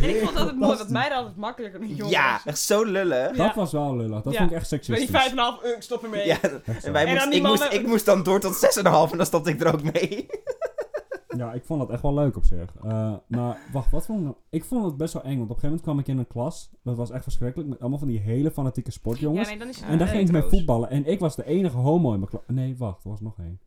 [SPEAKER 2] En ik vond dat het mooi, want meiden hadden het makkelijker dan jongens.
[SPEAKER 1] Ja, echt zo lullig.
[SPEAKER 3] Dat
[SPEAKER 2] Ja.
[SPEAKER 3] was wel lullig. Dat
[SPEAKER 2] Ja.
[SPEAKER 3] vond ik echt
[SPEAKER 2] Bij die
[SPEAKER 3] seksistisch.
[SPEAKER 2] vijf en een half, eh, ik stop ermee.
[SPEAKER 1] Ja,
[SPEAKER 3] Echt zo.
[SPEAKER 1] en wij
[SPEAKER 2] En
[SPEAKER 1] moest,
[SPEAKER 2] dan die
[SPEAKER 1] ik, moest,
[SPEAKER 2] mannen-
[SPEAKER 1] ik moest dan door tot 6,5 en dan stopte ik er ook mee.
[SPEAKER 3] Ja, ik vond dat echt wel leuk op zich. Eh, maar wacht, wat vond ik nou? Ik vond het best wel eng, want op een gegeven moment kwam ik in een klas. Dat was echt verschrikkelijk, met allemaal van die hele fanatieke
[SPEAKER 2] Ja,
[SPEAKER 3] sportjongens.
[SPEAKER 2] nee, dan is het
[SPEAKER 1] nee,
[SPEAKER 3] en daar
[SPEAKER 2] leuk.
[SPEAKER 3] ging ik mee
[SPEAKER 1] trouwens.
[SPEAKER 3] voetballen. En ik was de enige homo in mijn klas. Nee, wacht, er was nog één.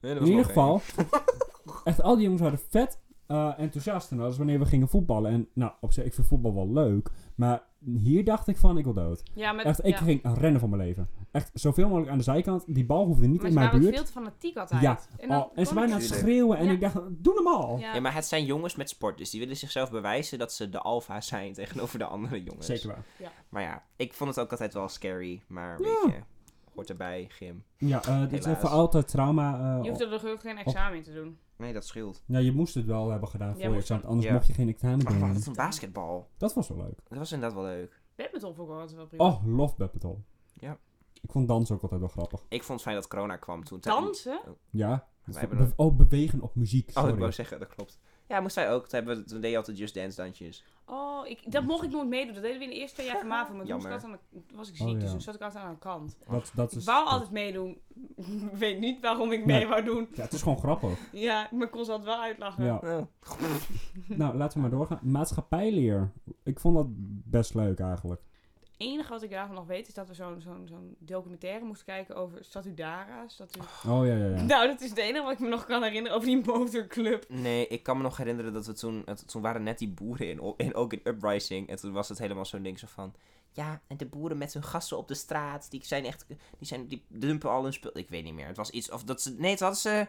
[SPEAKER 3] In ieder geval, echt al die jongens waren vet eh, enthousiast. En dat is wanneer we gingen voetballen. En nou, op zich, ik vind voetbal wel leuk. Maar hier dacht ik van, ik wil dood.
[SPEAKER 2] Ja, met,
[SPEAKER 3] Echt, ik
[SPEAKER 2] ja.
[SPEAKER 3] ging rennen voor mijn leven. Echt zoveel mogelijk aan de zijkant. Die bal hoefde niet
[SPEAKER 2] Maar
[SPEAKER 3] in
[SPEAKER 2] ze
[SPEAKER 3] mijn
[SPEAKER 2] waren ook
[SPEAKER 3] buurt.
[SPEAKER 2] veel te fanatiek altijd.
[SPEAKER 3] Ja.
[SPEAKER 2] En, dan
[SPEAKER 3] Oh, en
[SPEAKER 2] kon ik-
[SPEAKER 3] ze waren aan het
[SPEAKER 1] Tuurlijk.
[SPEAKER 3] schreeuwen. En
[SPEAKER 2] Ja.
[SPEAKER 3] ik dacht, doe normaal.
[SPEAKER 2] Ja.
[SPEAKER 1] Ja, maar het zijn jongens met sport, dus die willen zichzelf bewijzen dat ze de alfa zijn tegenover de andere jongens.
[SPEAKER 3] Zeker waar.
[SPEAKER 1] Maar ja, ik vond het ook altijd wel scary, maar
[SPEAKER 3] Ja.
[SPEAKER 1] weet je, hoort erbij, gym.
[SPEAKER 3] Ja, eh dit is
[SPEAKER 1] Helaas.
[SPEAKER 3] voor altijd trauma. eh,
[SPEAKER 2] Je hoefde er ook geen examen in te doen.
[SPEAKER 1] Nee, dat scheelt.
[SPEAKER 3] Ja, je moest het wel hebben gedaan
[SPEAKER 2] Ja,
[SPEAKER 3] voor je
[SPEAKER 2] moest
[SPEAKER 3] examen, anders
[SPEAKER 1] Ja.
[SPEAKER 3] mocht je geen examen
[SPEAKER 1] Maar
[SPEAKER 3] doen.
[SPEAKER 1] wat een basketbal.
[SPEAKER 3] Dat was wel leuk.
[SPEAKER 1] Dat was inderdaad wel leuk.
[SPEAKER 2] Badminton vond ik altijd wel prima.
[SPEAKER 3] Oh, love Beppetol.
[SPEAKER 1] Ja.
[SPEAKER 3] Ik vond dans ook altijd wel grappig.
[SPEAKER 1] Ik vond het fijn dat corona kwam toen.
[SPEAKER 2] Dansen?
[SPEAKER 3] Ja.
[SPEAKER 1] Wij
[SPEAKER 3] Be-
[SPEAKER 1] hebben dat-
[SPEAKER 3] oh, bewegen op muziek.
[SPEAKER 1] Oh,
[SPEAKER 3] Sorry.
[SPEAKER 1] ik wou zeggen, dat klopt. Ja, moest wij ook. Toen, hebben we, toen deed je altijd Just Dance dansjes.
[SPEAKER 2] Oh, ik, dat mocht ik nooit meedoen. Dat deden we in de eerste twee jaar van MAVO. Maar toen was ik,
[SPEAKER 1] Jammer.
[SPEAKER 2] altijd aan de- was ik ziek,
[SPEAKER 3] Oh, ja.
[SPEAKER 2] dus toen zat ik altijd aan de kant.
[SPEAKER 3] dat, dat
[SPEAKER 2] Ik
[SPEAKER 3] is,
[SPEAKER 2] wou altijd meedoen. Ik weet niet waarom ik mee
[SPEAKER 3] Nee.
[SPEAKER 2] wou doen.
[SPEAKER 3] Ja, het is gewoon grappig.
[SPEAKER 2] Ja, maar ik kon ze altijd wel uitlachen.
[SPEAKER 3] Ja.
[SPEAKER 1] Oh.
[SPEAKER 3] nou, laten we maar doorgaan. Maatschappijleer. Ik vond dat best leuk eigenlijk.
[SPEAKER 2] Het enige wat ik daarvan nog weet is dat we zo'n zo'n zo'n documentaire moesten kijken over Statudara. Statu...
[SPEAKER 3] Oh ja, ja, ja.
[SPEAKER 2] Nou, dat is het enige wat ik me nog kan herinneren over die motorclub.
[SPEAKER 1] Nee, ik kan me nog herinneren dat we toen... het- toen waren net die boeren in, o- in, ook in Uprising. En toen was het helemaal zo'n ding zo van... Ja, en de boeren met hun gassen op de straat. Die zijn echt... Die, zijn, die dumpen al hun spul. Ik weet niet meer. Het was iets of dat ze... Nee, het hadden ze...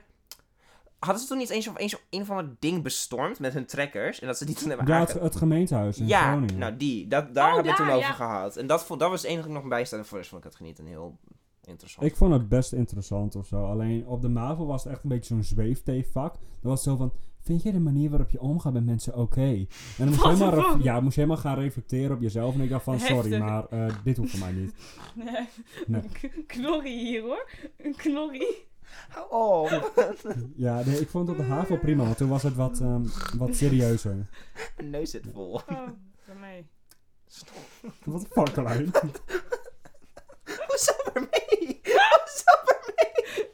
[SPEAKER 1] Hadden ze toen niet eens of, eens of een of ander ding bestormd met hun trekkers? En dat ze die toen hebben
[SPEAKER 3] Ja,
[SPEAKER 1] aange-
[SPEAKER 3] het, het gemeentehuis in
[SPEAKER 1] Ja,
[SPEAKER 3] Groningen.
[SPEAKER 1] nou die. Dat, daar
[SPEAKER 2] Oh,
[SPEAKER 1] hebben we het
[SPEAKER 2] daar,
[SPEAKER 1] toen over
[SPEAKER 2] ja.
[SPEAKER 1] gehad. En dat, vond, dat was het enige dat ik nog bijstaan. En voor de rest vond ik het genieten heel interessant.
[SPEAKER 3] Ik vond het best interessant of zo. Alleen op de MAVO was het echt een beetje zo'n zweefteevak. Dat was zo van, vind je de manier waarop je omgaat met mensen oké? En dan moest je,
[SPEAKER 2] What the
[SPEAKER 3] helemaal ref-
[SPEAKER 2] fuck?
[SPEAKER 3] ja, moest je helemaal gaan reflecteren op jezelf. En ik dacht van, sorry,
[SPEAKER 2] Heftig.
[SPEAKER 3] maar eh, dit hoeft voor mij niet.
[SPEAKER 2] Nee.
[SPEAKER 3] Nee.
[SPEAKER 2] K- Knorrie hier hoor. Een knorrie.
[SPEAKER 1] Oh,
[SPEAKER 3] Ja, nee, ik vond het op de HAVO prima, want toen was het wat, ehm, wat serieuzer.
[SPEAKER 1] mijn neus zit vol.
[SPEAKER 2] Oh, bij mij.
[SPEAKER 3] Wat een fuck, Carlijn.
[SPEAKER 1] Hoe zat er mee? Hoe zat er mee?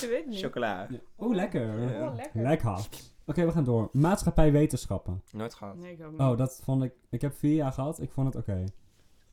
[SPEAKER 2] Je weet het niet.
[SPEAKER 1] Chocola.
[SPEAKER 3] Oh, lekker.
[SPEAKER 1] Ja.
[SPEAKER 2] Oh, lekker.
[SPEAKER 3] Lekker. we gaan door. Maatschappij wetenschappen.
[SPEAKER 1] Nooit gehad.
[SPEAKER 2] Nee, ik ook niet.
[SPEAKER 3] Oh, dat vond ik... Ik heb vier jaar gehad. Ik vond het oké.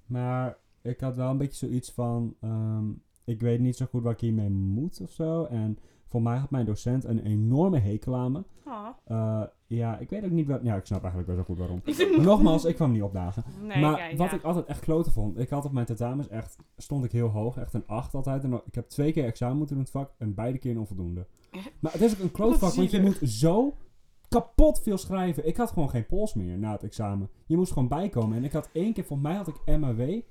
[SPEAKER 3] Maar ik had wel een beetje zoiets van... ehm, ik weet niet zo goed waar ik hiermee moet of zo. En voor mij had mijn docent een enorme hekel aan me.
[SPEAKER 2] Ah.
[SPEAKER 3] Eh, ja, ik weet ook niet wat... Ja, ik snap eigenlijk wel zo goed waarom.
[SPEAKER 2] Ik vind-
[SPEAKER 3] Nogmaals, ik kwam niet opdagen.
[SPEAKER 2] Nee,
[SPEAKER 3] maar
[SPEAKER 2] kijk,
[SPEAKER 3] wat
[SPEAKER 2] ja.
[SPEAKER 3] ik altijd echt kloten vond, ik had op mijn tentamens echt, stond ik heel hoog, echt een 8 altijd. En ik heb twee keer examen moeten doen in het vak en beide keer een onvoldoende.
[SPEAKER 2] Echt?
[SPEAKER 3] Maar het is ook een kloot
[SPEAKER 2] Wat
[SPEAKER 3] vak, want je moet
[SPEAKER 2] zielig.
[SPEAKER 3] zo kapot veel schrijven. Ik had gewoon geen pols meer na het examen. Je moest gewoon bijkomen. En ik had één keer, volgens mij had ik MAW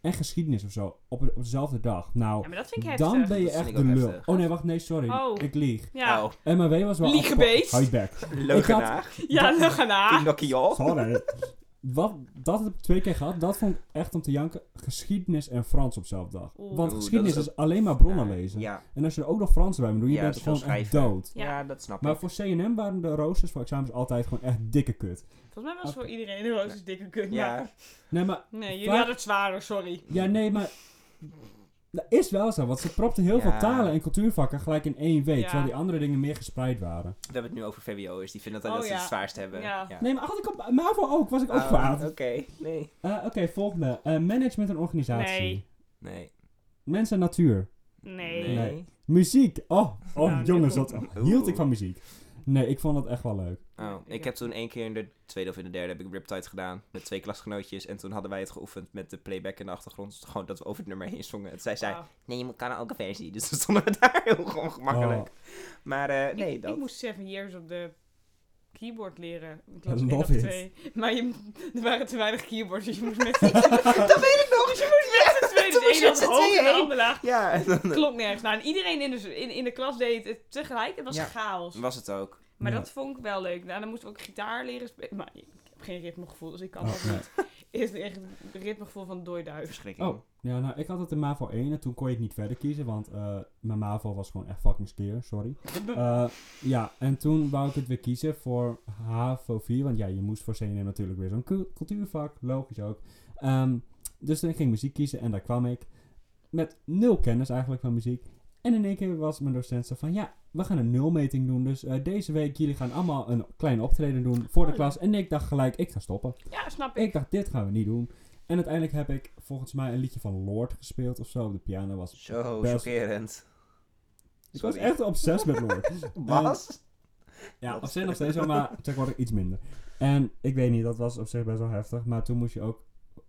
[SPEAKER 3] en geschiedenis of zo, op, op dezelfde dag. Nou,
[SPEAKER 2] Ja, maar dat vind ik heftig.
[SPEAKER 3] dan ben je
[SPEAKER 1] Dat vind
[SPEAKER 3] echt
[SPEAKER 1] ik
[SPEAKER 3] de
[SPEAKER 1] ook
[SPEAKER 3] lul.
[SPEAKER 1] heftig.
[SPEAKER 3] Oh nee, wacht, nee, sorry.
[SPEAKER 2] Oh.
[SPEAKER 3] Ik lieg.
[SPEAKER 2] Ja,
[SPEAKER 1] Oh,
[SPEAKER 3] MAW was wel...
[SPEAKER 2] Liegebeest.
[SPEAKER 3] afge- Hou je bek.
[SPEAKER 1] leugenaar.
[SPEAKER 2] ja dan gaan
[SPEAKER 1] Team
[SPEAKER 2] we.
[SPEAKER 1] Nokkie, joh.
[SPEAKER 3] Sorry. Wat, dat heb ik twee keer gehad. Dat vond ik echt om te janken. Geschiedenis en Frans op dezelfde dag.
[SPEAKER 2] Oeh.
[SPEAKER 3] Want
[SPEAKER 1] Oeh,
[SPEAKER 3] geschiedenis
[SPEAKER 1] dat
[SPEAKER 3] is,
[SPEAKER 1] is
[SPEAKER 3] alleen maar bronnen
[SPEAKER 1] Ja,
[SPEAKER 3] lezen.
[SPEAKER 1] Ja,
[SPEAKER 3] En als je er ook nog Frans bij moet doen, je
[SPEAKER 1] Ja,
[SPEAKER 3] bent
[SPEAKER 1] dat is wel
[SPEAKER 3] gewoon echt
[SPEAKER 1] schrijven.
[SPEAKER 3] dood.
[SPEAKER 2] Ja.
[SPEAKER 1] ja, dat snap
[SPEAKER 3] Maar
[SPEAKER 1] ik.
[SPEAKER 3] voor CNM waren de roosters voor examens altijd gewoon echt dikke kut.
[SPEAKER 2] Volgens mij was voor iedereen een roze dikke kut.
[SPEAKER 1] Ja,
[SPEAKER 2] maar-
[SPEAKER 3] Nee, maar...
[SPEAKER 2] Nee, jullie
[SPEAKER 3] Waar-
[SPEAKER 2] hadden het zwaarder, sorry.
[SPEAKER 3] Ja, nee, maar... Dat is wel zo, want ze propten heel
[SPEAKER 1] Ja.
[SPEAKER 3] veel talen en cultuurvakken gelijk in één week.
[SPEAKER 2] Ja.
[SPEAKER 3] Terwijl die andere dingen meer gespreid waren.
[SPEAKER 1] we hebben het nu over VWO'ers. dus Die vinden dat, dat
[SPEAKER 2] Oh,
[SPEAKER 1] ze het
[SPEAKER 2] ja.
[SPEAKER 1] zwaarst hebben.
[SPEAKER 2] Ja.
[SPEAKER 3] Nee, maar had ik op MAVO ook, was ik ook
[SPEAKER 1] Oh,
[SPEAKER 3] kwaad.
[SPEAKER 1] Oké, nee.
[SPEAKER 3] Eh, Oké, volgende. Eh, management en organisatie.
[SPEAKER 2] Nee.
[SPEAKER 1] Nee.
[SPEAKER 3] Mensen en natuur.
[SPEAKER 2] Nee.
[SPEAKER 3] Nee. Muziek! Oh, oh
[SPEAKER 2] Ja,
[SPEAKER 3] jongens,
[SPEAKER 2] dit
[SPEAKER 3] wat hield ik van muziek. Nee, ik vond het echt wel leuk.
[SPEAKER 1] Oh, ik heb toen één keer in de tweede of in de derde heb ik Riptide gedaan. Met twee klasgenootjes. En toen hadden wij het geoefend met de playback in de achtergrond. Dus gewoon dat we over het nummer heen zongen. En zij zei,
[SPEAKER 2] Wauw.
[SPEAKER 1] nee, je moet- kan ook een versie. Dus dan stonden we daar heel gewoon gemakkelijk.
[SPEAKER 3] Oh.
[SPEAKER 1] Maar eh,
[SPEAKER 2] Ik-
[SPEAKER 1] nee,
[SPEAKER 2] ik,
[SPEAKER 1] dat...
[SPEAKER 2] moest Seven Years op de keyboard leren. In klas
[SPEAKER 3] love
[SPEAKER 2] één of
[SPEAKER 3] it.
[SPEAKER 2] twee. Maar je, er waren te weinig keyboards, dus je moest met z'n Dat weet ik nog! Dus je moest met z'n tweeën.
[SPEAKER 1] Toen
[SPEAKER 2] Dus
[SPEAKER 1] moest je
[SPEAKER 2] één
[SPEAKER 1] met z'n
[SPEAKER 2] had het hoog en de
[SPEAKER 1] tweeën.
[SPEAKER 2] ander laag.
[SPEAKER 1] Ja, en dan
[SPEAKER 2] Klopt nergens. Nou, en iedereen in de, in, in de klas deed het tegelijk. Het was
[SPEAKER 1] Ja.
[SPEAKER 2] chaos.
[SPEAKER 1] was het ook.
[SPEAKER 2] Maar
[SPEAKER 3] Ja.
[SPEAKER 2] dat vond ik wel leuk. Nou, dan moesten we ook gitaar leren spelen. Maar ik heb geen ritmegevoel, dus ik kan
[SPEAKER 3] Oh,
[SPEAKER 2] dat
[SPEAKER 3] nee.
[SPEAKER 2] niet. Is echt het ritmegevoel van dooiduif.
[SPEAKER 1] Verschrikking.
[SPEAKER 3] Oh, ja, nou, ik had het in MAVO 1 en toen kon ik niet verder kiezen, want eh, mijn MAVO was gewoon echt fucking skeer, sorry. Eh, ja, en toen wou ik het weer kiezen voor HAVO 4, want ja, je moest voor CNM natuurlijk weer zo'n cu- cultuurvak, logisch ook. Ehm, dus toen ging ik muziek kiezen en daar kwam ik met nul kennis eigenlijk van muziek. En in één keer was mijn docent zo van, ja, we gaan een nulmeting doen, dus eh, deze week jullie gaan allemaal een klein optreden doen voor de
[SPEAKER 2] Oh, ja.
[SPEAKER 3] klas. En ik dacht gelijk, ik ga stoppen.
[SPEAKER 2] Ja, snap ik.
[SPEAKER 3] Ik dacht, dit gaan we niet doen. En uiteindelijk heb ik volgens mij een liedje van Lord gespeeld of zo. Op de piano was.
[SPEAKER 1] Zo,
[SPEAKER 3] Best-
[SPEAKER 1] chockerend.
[SPEAKER 3] Ik was
[SPEAKER 1] Sorry.
[SPEAKER 3] echt obsessief met Lord.
[SPEAKER 1] Was?
[SPEAKER 3] ja, op zich nog steeds wel, maar tegenwoordig iets minder. En ik weet niet, dat was op zich best wel heftig. Maar toen moest je ook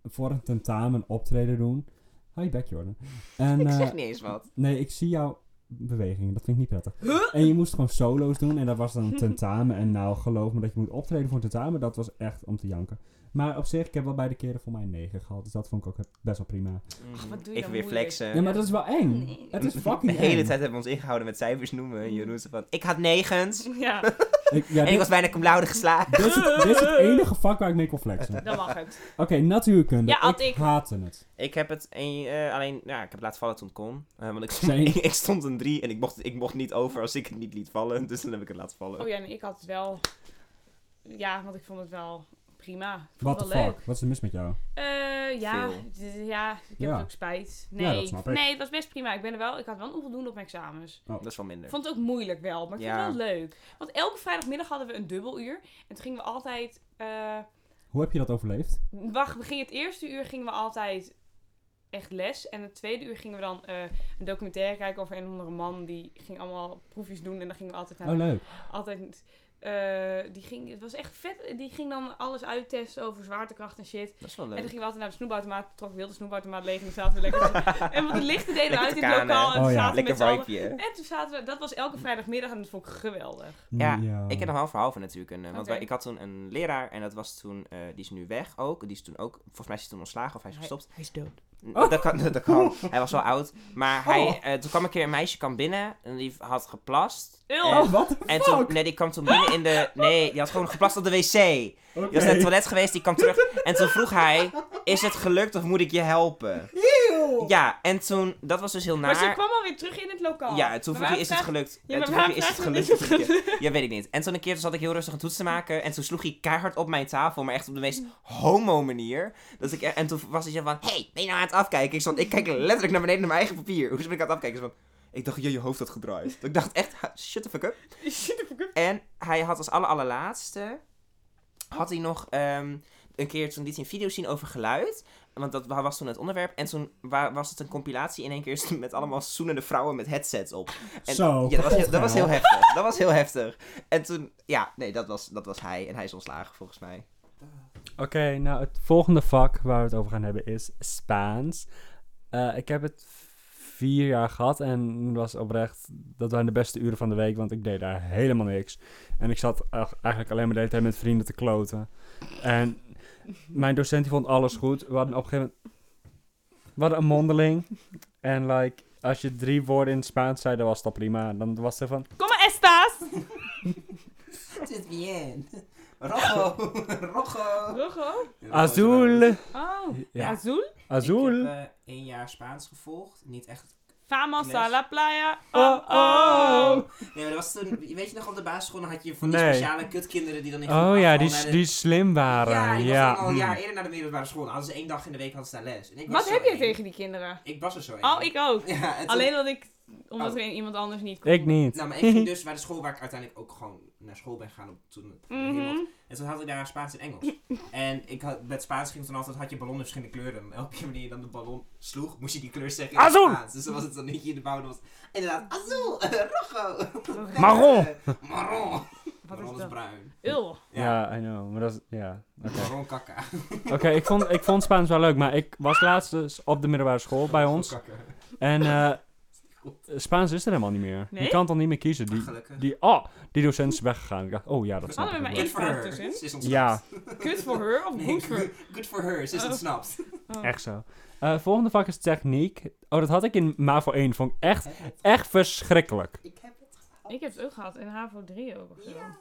[SPEAKER 3] voor een tentamen een optreden doen. Hou je bek, Jordan. En,
[SPEAKER 1] ik
[SPEAKER 3] eh,
[SPEAKER 1] zeg niet eens wat.
[SPEAKER 3] Nee, ik zie jouw bewegingen. Dat vind ik niet prettig.
[SPEAKER 2] Huh?
[SPEAKER 3] En je moest gewoon solo's doen. En dat was dan een tentamen. En nou, geloof me dat je moet optreden voor een tentamen. Dat was echt om te janken. Maar op zich, ik heb wel beide keren voor mij een 9 gehad. Dus dat vond ik ook best wel prima.
[SPEAKER 1] Mm,
[SPEAKER 2] wat doe je
[SPEAKER 1] Even
[SPEAKER 2] nou
[SPEAKER 1] weer
[SPEAKER 2] moeilijk?
[SPEAKER 1] flexen.
[SPEAKER 3] Ja, maar dat is wel eng.
[SPEAKER 2] Nee.
[SPEAKER 3] Het is fucking
[SPEAKER 1] De hele
[SPEAKER 3] eng.
[SPEAKER 1] tijd hebben we ons ingehouden met cijfers noemen. En Jeroen zei van, ik had negens.
[SPEAKER 2] Ja,
[SPEAKER 3] Ik, ja,
[SPEAKER 1] En ik
[SPEAKER 3] dit,
[SPEAKER 1] was bijna cum laude geslagen.
[SPEAKER 3] dit is het, dit is het enige vak waar ik mee kon flexen.
[SPEAKER 2] dan mag het.
[SPEAKER 3] Oké, natuurkunde.
[SPEAKER 2] Ja, had
[SPEAKER 3] ik
[SPEAKER 2] ik.
[SPEAKER 3] haatte het.
[SPEAKER 1] Ik heb het een, eh, alleen, ja, ik heb laten vallen toen het kon. Eh, want ik stond,
[SPEAKER 3] Same.
[SPEAKER 1] ik, ik stond een 3 en ik mocht, ik mocht niet over als ik het niet liet vallen. Dus dan heb ik het laten vallen.
[SPEAKER 2] Oh ja, en ik had het wel... Ja, want ik vond het wel prima. Ik vond
[SPEAKER 3] What the
[SPEAKER 2] het wel leuk.
[SPEAKER 3] fuck? Wat is er mis met jou?
[SPEAKER 2] Eh, ja,
[SPEAKER 1] Veel.
[SPEAKER 2] d- ja, ik heb
[SPEAKER 3] Ja.
[SPEAKER 2] het ook spijt. Nee.
[SPEAKER 3] Ja, dat snap ik.
[SPEAKER 2] nee, het was best prima. Ik ben er wel, ik had wel een onvoldoende op mijn examens.
[SPEAKER 1] Dat is wel
[SPEAKER 2] Ik
[SPEAKER 1] minder.
[SPEAKER 2] vond het ook moeilijk wel, maar ik
[SPEAKER 1] Ja.
[SPEAKER 2] vond het wel leuk. Want elke vrijdagmiddag hadden we een dubbeluur. En toen gingen we altijd... eh,
[SPEAKER 3] Hoe heb je dat overleefd?
[SPEAKER 2] wacht, we gingen het eerste uur gingen we altijd echt les. En het tweede uur gingen we dan eh, een documentaire kijken over een of andere man. Die ging allemaal proefjes doen. En dan gingen we altijd naar
[SPEAKER 3] Oh, leuk.
[SPEAKER 2] altijd. eh, die ging, het was echt vet. Die ging dan alles uittesten over zwaartekracht en shit.
[SPEAKER 1] Dat is wel
[SPEAKER 2] En dan
[SPEAKER 1] leuk.
[SPEAKER 2] gingen we altijd naar de snoepautomaat. Trok wilde snoepautomaat leeg. En dan zaten we lekker. en want de lichten deden
[SPEAKER 1] Lekker
[SPEAKER 2] uit in
[SPEAKER 1] te
[SPEAKER 2] het lokaal.
[SPEAKER 1] kanen.
[SPEAKER 2] En
[SPEAKER 3] Oh
[SPEAKER 2] toen
[SPEAKER 3] ja.
[SPEAKER 2] zaten we
[SPEAKER 1] Lekker
[SPEAKER 2] met z'n allen.
[SPEAKER 1] vibeje.
[SPEAKER 2] En toen zaten we, dat was elke vrijdagmiddag en dat vond ik geweldig.
[SPEAKER 1] Ja, Ik heb een half verhaal van natuurkunde. Want
[SPEAKER 2] Oké.
[SPEAKER 1] wij- ik had toen een leraar en dat was toen, eh, die is nu weg ook. Die is toen ook, volgens mij is hij toen ontslagen of hij is gestopt.
[SPEAKER 2] Hij is dood.
[SPEAKER 3] Oh.
[SPEAKER 1] Dat, kan, dat kan. Hij was wel oud. Maar hij,
[SPEAKER 3] Oh.
[SPEAKER 1] eh, toen kwam een keer een meisje kwam binnen en die had geplast.
[SPEAKER 2] Ew.
[SPEAKER 1] En-
[SPEAKER 3] Oh, wat?
[SPEAKER 1] En toen, nee, die kwam toen binnen in de. Nee, die had gewoon geplast op de wc. Die was naar het toilet geweest, die kwam terug. En toen vroeg hij: Is het gelukt of moet ik je helpen? Ja, en toen, dat was dus heel
[SPEAKER 2] Maar ze
[SPEAKER 1] naar.
[SPEAKER 2] kwam alweer terug in het lokaal.
[SPEAKER 1] Ja, toen
[SPEAKER 2] Maar
[SPEAKER 1] vroeg hij:
[SPEAKER 2] waarom
[SPEAKER 1] Is het
[SPEAKER 2] vraag-
[SPEAKER 1] gelukt?
[SPEAKER 2] Ja,
[SPEAKER 1] En
[SPEAKER 2] maar
[SPEAKER 1] toen vroeg hij:
[SPEAKER 2] waarom
[SPEAKER 1] Is het
[SPEAKER 2] vraag je
[SPEAKER 1] gelukt?
[SPEAKER 2] dan
[SPEAKER 1] of
[SPEAKER 2] niet
[SPEAKER 1] niet? Ja, Ja, weet ik niet. En toen een keer zat ik heel rustig een toets te maken. En toen sloeg hij keihard op mijn tafel, maar echt op de meest homo-manier. Dat ik, en toen was hij zo van: Hey, ben je nou aan het afkijken? Ik, stond, ik kijk letterlijk naar beneden naar mijn eigen papier. Hoe ben ik aan het afkijken? Ik was van, Ik dacht, je je hoofd had gedraaid. ik dacht echt, ha, shut the fuck up.
[SPEAKER 2] Shit, heb ik hem.
[SPEAKER 1] En hij had als aller allerlaatste, had hij nog ehm, een keer, toen liet hij een video zien over geluid. Want dat wa- was toen het onderwerp. En toen wa- was het een compilatie in één keer met allemaal zoenende vrouwen met headsets op. En,
[SPEAKER 4] Zo,
[SPEAKER 1] Ja, dat was, heel- dat was
[SPEAKER 4] vertel.
[SPEAKER 1] heel
[SPEAKER 3] nou.
[SPEAKER 1] heftig. Dat was heel heftig. En toen, ja, nee, dat was, dat was hij. En hij is ontslagen volgens mij.
[SPEAKER 3] Oké, nou het volgende vak waar we het over gaan hebben is Spaans. Eh, ik heb het vier jaar gehad en het was oprecht, dat waren de beste uren van de week, want ik deed daar helemaal niks. En ik zat ach- eigenlijk alleen maar de hele tijd met vrienden te kloten. En mijn docent die vond alles goed. We hadden op een gegeven moment, we hadden een mondeling. En like, als je drie woorden in Spaans zei, dan was dat prima. Dan was het van,
[SPEAKER 2] Kom maar, Estas!
[SPEAKER 1] Zit bien. Rojo. Rojo.
[SPEAKER 2] Rogo?
[SPEAKER 3] azul,
[SPEAKER 2] Oh,
[SPEAKER 3] Ja.
[SPEAKER 2] azul?
[SPEAKER 1] eh,
[SPEAKER 3] azul.
[SPEAKER 1] één jaar Spaans gevolgd. Niet echt.
[SPEAKER 2] Vamos
[SPEAKER 1] Nes.
[SPEAKER 2] a la playa.
[SPEAKER 3] Oh,
[SPEAKER 2] Oh,
[SPEAKER 3] oh.
[SPEAKER 2] oh.
[SPEAKER 1] Nee, maar dat was toen. Weet je nog, op de basisschool dan had je
[SPEAKER 3] van die Nee. speciale
[SPEAKER 1] kutkinderen die dan
[SPEAKER 3] Oh ja, die, s- die slim waren.
[SPEAKER 1] eh, Ja, ik
[SPEAKER 3] ja. Hmm.
[SPEAKER 1] was al een jaar eerder naar de middelbare school. Dan hadden ze één dag in de week hadden ze daar les. En ik was
[SPEAKER 2] hmm. Wat
[SPEAKER 1] zo
[SPEAKER 2] heb je
[SPEAKER 1] één.
[SPEAKER 2] tegen die kinderen?
[SPEAKER 1] Ik was er zo één.
[SPEAKER 2] Oh, ik ook.
[SPEAKER 1] Ja, en toen-
[SPEAKER 2] Alleen dat ik, omdat
[SPEAKER 1] Oh.
[SPEAKER 2] er iemand anders niet kon.
[SPEAKER 3] Ik niet.
[SPEAKER 1] Nou, maar ik ging dus naar de school waar ik uiteindelijk ook gewoon naar school ben gegaan. Op, toen het
[SPEAKER 2] Mhm.
[SPEAKER 1] En toen had ik daar Spaans en Engels. En ik had, met Spaans ging het dan altijd, had je ballonnen in verschillende kleuren. En elke keer wanneer je dan de ballon sloeg, moest je die kleur zeggen in het
[SPEAKER 3] Azul!
[SPEAKER 1] Spaans. Dus dan was het dan niet je in de bouw, dan was het inderdaad azul, rojo,
[SPEAKER 3] Marron.
[SPEAKER 1] marron.
[SPEAKER 2] Wat is
[SPEAKER 1] Marron is
[SPEAKER 2] dat?
[SPEAKER 1] bruin.
[SPEAKER 2] Ul.
[SPEAKER 1] Ja.
[SPEAKER 3] Ja, I know. Maar dat is... Ja, oké.
[SPEAKER 1] Marron kakka.
[SPEAKER 3] Oké, ik, vond, ik vond Spaans wel leuk, maar ik was laatst dus op de middelbare school bij ons.
[SPEAKER 1] Kakka.
[SPEAKER 3] En eh, Spaans is er helemaal niet meer. Je
[SPEAKER 2] Nee?
[SPEAKER 3] kan toch niet meer kiezen. Die,
[SPEAKER 1] Gelukkig.
[SPEAKER 3] die, oh, die docent is weggegaan. Ik dacht, oh ja, dat snap
[SPEAKER 2] Hadden
[SPEAKER 3] ik
[SPEAKER 2] we
[SPEAKER 3] wel.
[SPEAKER 2] maar
[SPEAKER 1] Good
[SPEAKER 2] één dus,
[SPEAKER 1] for
[SPEAKER 2] vraag
[SPEAKER 1] her.
[SPEAKER 2] tussenin?
[SPEAKER 1] Ze is ontsnapt.
[SPEAKER 3] Ja,
[SPEAKER 2] Kut voor haar of
[SPEAKER 1] Nee,
[SPEAKER 2] goed voor
[SPEAKER 1] good, good for her. Ze is
[SPEAKER 2] Oh.
[SPEAKER 1] ontsnapt.
[SPEAKER 2] Oh.
[SPEAKER 3] echt zo. Eh, volgende vak is techniek. Oh, dat had ik in MAVO 1. Vond ik echt, echt verschrikkelijk.
[SPEAKER 1] Ik heb het gehad.
[SPEAKER 2] Ik heb het ook gehad in HAVO 3 ook of zo.
[SPEAKER 1] Ja.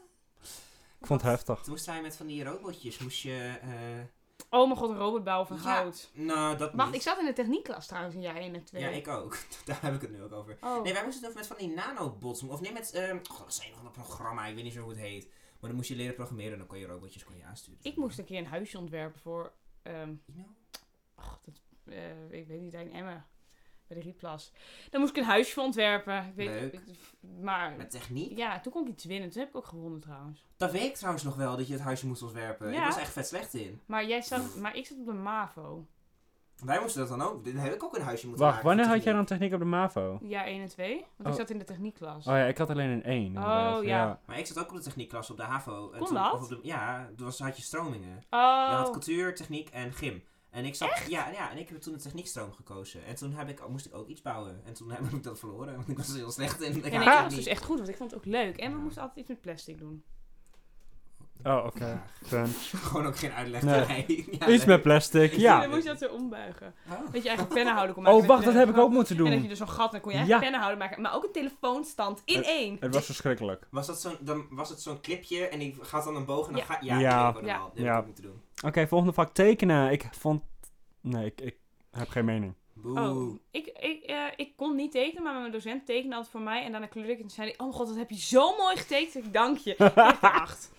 [SPEAKER 3] Ik vond het heftig.
[SPEAKER 1] Toen moest hij met van die robotjes, moest je... eh,
[SPEAKER 2] Oh mijn god, een robotbouw van
[SPEAKER 1] Ja.
[SPEAKER 2] goud.
[SPEAKER 1] Nou, dat
[SPEAKER 2] Wacht,
[SPEAKER 1] niet.
[SPEAKER 2] ik zat in de techniekklas trouwens in jaar 1 en 2.
[SPEAKER 1] Ja, ik ook. Daar heb ik het nu ook over.
[SPEAKER 2] Oh.
[SPEAKER 1] Nee, wij moesten het over met van die nanobots doen. Of nee, met... ehm oh, dat zijn nog een programma, ik weet niet zo hoe het heet. Maar dan moest je leren programmeren en dan kon je robotjes kon je aansturen.
[SPEAKER 2] Ik moest een keer een huisje ontwerpen voor... ehm,
[SPEAKER 1] You know?
[SPEAKER 2] ach, dat, eh, ik weet niet, daar in Emmen. Bij de Rietplas. Daar moest ik een huisje voor ontwerpen. Ik weet,
[SPEAKER 1] Leuk.
[SPEAKER 2] ik- maar
[SPEAKER 1] Met techniek.
[SPEAKER 2] ja, toen kon ik iets winnen. Toen heb ik ook gewonnen trouwens.
[SPEAKER 1] Dat weet ik trouwens nog wel, dat je het huisje moest ontwerpen. Ik
[SPEAKER 2] Ja.
[SPEAKER 1] was echt vet slecht in.
[SPEAKER 2] Maar, jij zat, maar ik zat op de MAVO.
[SPEAKER 1] Wij moesten dat dan ook. Dan heb ik ook een huisje moeten
[SPEAKER 3] Wacht,
[SPEAKER 1] maken voor
[SPEAKER 3] wanneer had jij dan
[SPEAKER 1] techniek.
[SPEAKER 3] techniek op de MAVO?
[SPEAKER 2] Jaar 1 en 2. Want
[SPEAKER 3] Oh.
[SPEAKER 2] ik zat in de techniekklas.
[SPEAKER 3] Oh ja, ik had alleen een 1. inderdaad.
[SPEAKER 2] Oh, ja.
[SPEAKER 3] ja.
[SPEAKER 1] Maar ik zat ook op de techniekklas op de HAVO. En
[SPEAKER 2] Kon
[SPEAKER 1] toen-
[SPEAKER 2] dat?
[SPEAKER 1] of op de- ja, toen was, had je stromingen. Je
[SPEAKER 2] Oh.
[SPEAKER 1] had cultuur, techniek en gym. En ik zat, ja, ja, en ik heb toen de techniekstroom gekozen. En toen heb ik, moest ik ook iets bouwen. En toen heb ik dat verloren, want ik was er heel slecht in. Ik
[SPEAKER 2] En
[SPEAKER 1] haat
[SPEAKER 2] ik was
[SPEAKER 1] techniek.
[SPEAKER 2] dus echt goed, want ik vond het ook leuk. En we
[SPEAKER 1] Ja.
[SPEAKER 2] moesten altijd iets met plastic doen.
[SPEAKER 3] Oh, oké. Fun.
[SPEAKER 1] Gewoon ook geen uitleg
[SPEAKER 3] Nee.
[SPEAKER 1] erbij. Ja,
[SPEAKER 3] Iets
[SPEAKER 1] nee.
[SPEAKER 3] met plastic,
[SPEAKER 2] Ja.
[SPEAKER 3] ja.
[SPEAKER 2] Dus Dan moest je dat zo ombuigen.
[SPEAKER 1] Oh.
[SPEAKER 2] Dat je eigen pennenhouder kon maken.
[SPEAKER 3] Oh, wacht, dat heb ik ook moeten
[SPEAKER 2] En dat je
[SPEAKER 3] doen.
[SPEAKER 2] dus zo'n gat, dan kon je
[SPEAKER 3] Ja. Eh,
[SPEAKER 2] eigen pennenhouder maken. Maar ook een telefoonstand in één.
[SPEAKER 3] Het was verschrikkelijk.
[SPEAKER 1] Was dat zo'n, dan was het zo'n clipje en ik gaat dan een boog en dan
[SPEAKER 2] Ja.
[SPEAKER 1] ga ja,
[SPEAKER 3] Ja.
[SPEAKER 1] ja. Nee,
[SPEAKER 2] Ja.
[SPEAKER 1] ja. Dat
[SPEAKER 3] Ja.
[SPEAKER 1] heb ik moeten doen.
[SPEAKER 3] Oké, volgende vak tekenen. Ik vond. Nee, ik, ik heb geen mening.
[SPEAKER 1] Boe.
[SPEAKER 3] eh,
[SPEAKER 2] Oh, ik, ik, eh, ik kon niet tekenen, maar mijn docent tekende altijd voor mij. En daarna kleurde ik het en zei hij, oh mijn god, dat heb je zo mooi getekend. Ik dank je. Echt acht.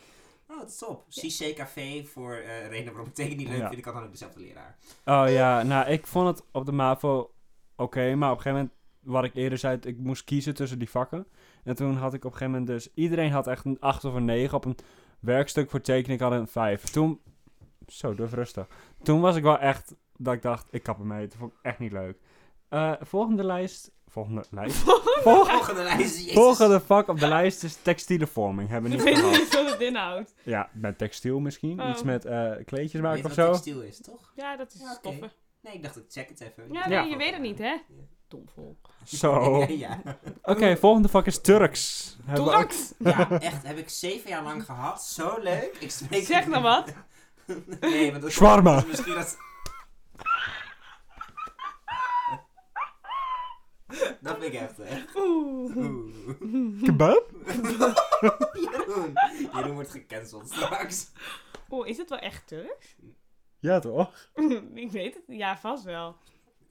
[SPEAKER 1] Oh, dat is top. CCKV voor eh redenen waarom ik teken niet leuk
[SPEAKER 3] Ja.
[SPEAKER 1] vind. Ik had dan ook dezelfde leraar.
[SPEAKER 3] Oh ja, nou, ik vond het op de MAVO oké, maar op een gegeven moment, wat ik eerder zei, ik moest kiezen tussen die vakken. En toen had ik op een gegeven moment dus, iedereen had echt een 8 of een 9. Op een werkstuk voor tekenen, ik had een 5. Toen, zo, durf rustig. Toen was ik wel echt, dat ik dacht, ik kap ermee. Dat vond ik echt niet leuk. Eh, volgende lijst, volgende lijst. Volg-
[SPEAKER 1] Volgende lijst. Jezus.
[SPEAKER 3] volgende vak op de lijst is textiele vorming. Hebben we
[SPEAKER 2] Ik
[SPEAKER 3] niet gehad.
[SPEAKER 2] weet niet wat het inhoudt.
[SPEAKER 3] Ja, met textiel misschien.
[SPEAKER 2] Oh.
[SPEAKER 3] Iets met eh, kleedjes maken of
[SPEAKER 1] Weet je
[SPEAKER 3] zo.
[SPEAKER 1] wat textiel is, toch?
[SPEAKER 2] Ja, dat is
[SPEAKER 1] Ja, oké.
[SPEAKER 2] stoffen.
[SPEAKER 1] Nee, ik dacht ik check het even.
[SPEAKER 2] Ja, nee,
[SPEAKER 3] Ja. Oh.
[SPEAKER 2] je weet het niet, hè? Domvol.
[SPEAKER 3] Zo.
[SPEAKER 1] Ja, ja.
[SPEAKER 3] Oké, volgende vak is Turks. Hebben we ook-
[SPEAKER 2] Toraks!
[SPEAKER 1] Ja, echt. Heb ik zeven jaar lang gehad. Zo leuk. Ik spreek
[SPEAKER 2] Zeg nou wat.
[SPEAKER 1] Nee, want dat
[SPEAKER 3] Shawarma.
[SPEAKER 1] dat is misschien dat... dat vind ik heftig.
[SPEAKER 2] Oeh.
[SPEAKER 1] Oeh.
[SPEAKER 3] Kebab?
[SPEAKER 1] Jeroen. Jeroen wordt gecanceld straks.
[SPEAKER 2] Oeh, Oh, is het wel echt Turk?
[SPEAKER 3] Ja, toch?
[SPEAKER 2] ik weet het. Ja, vast wel.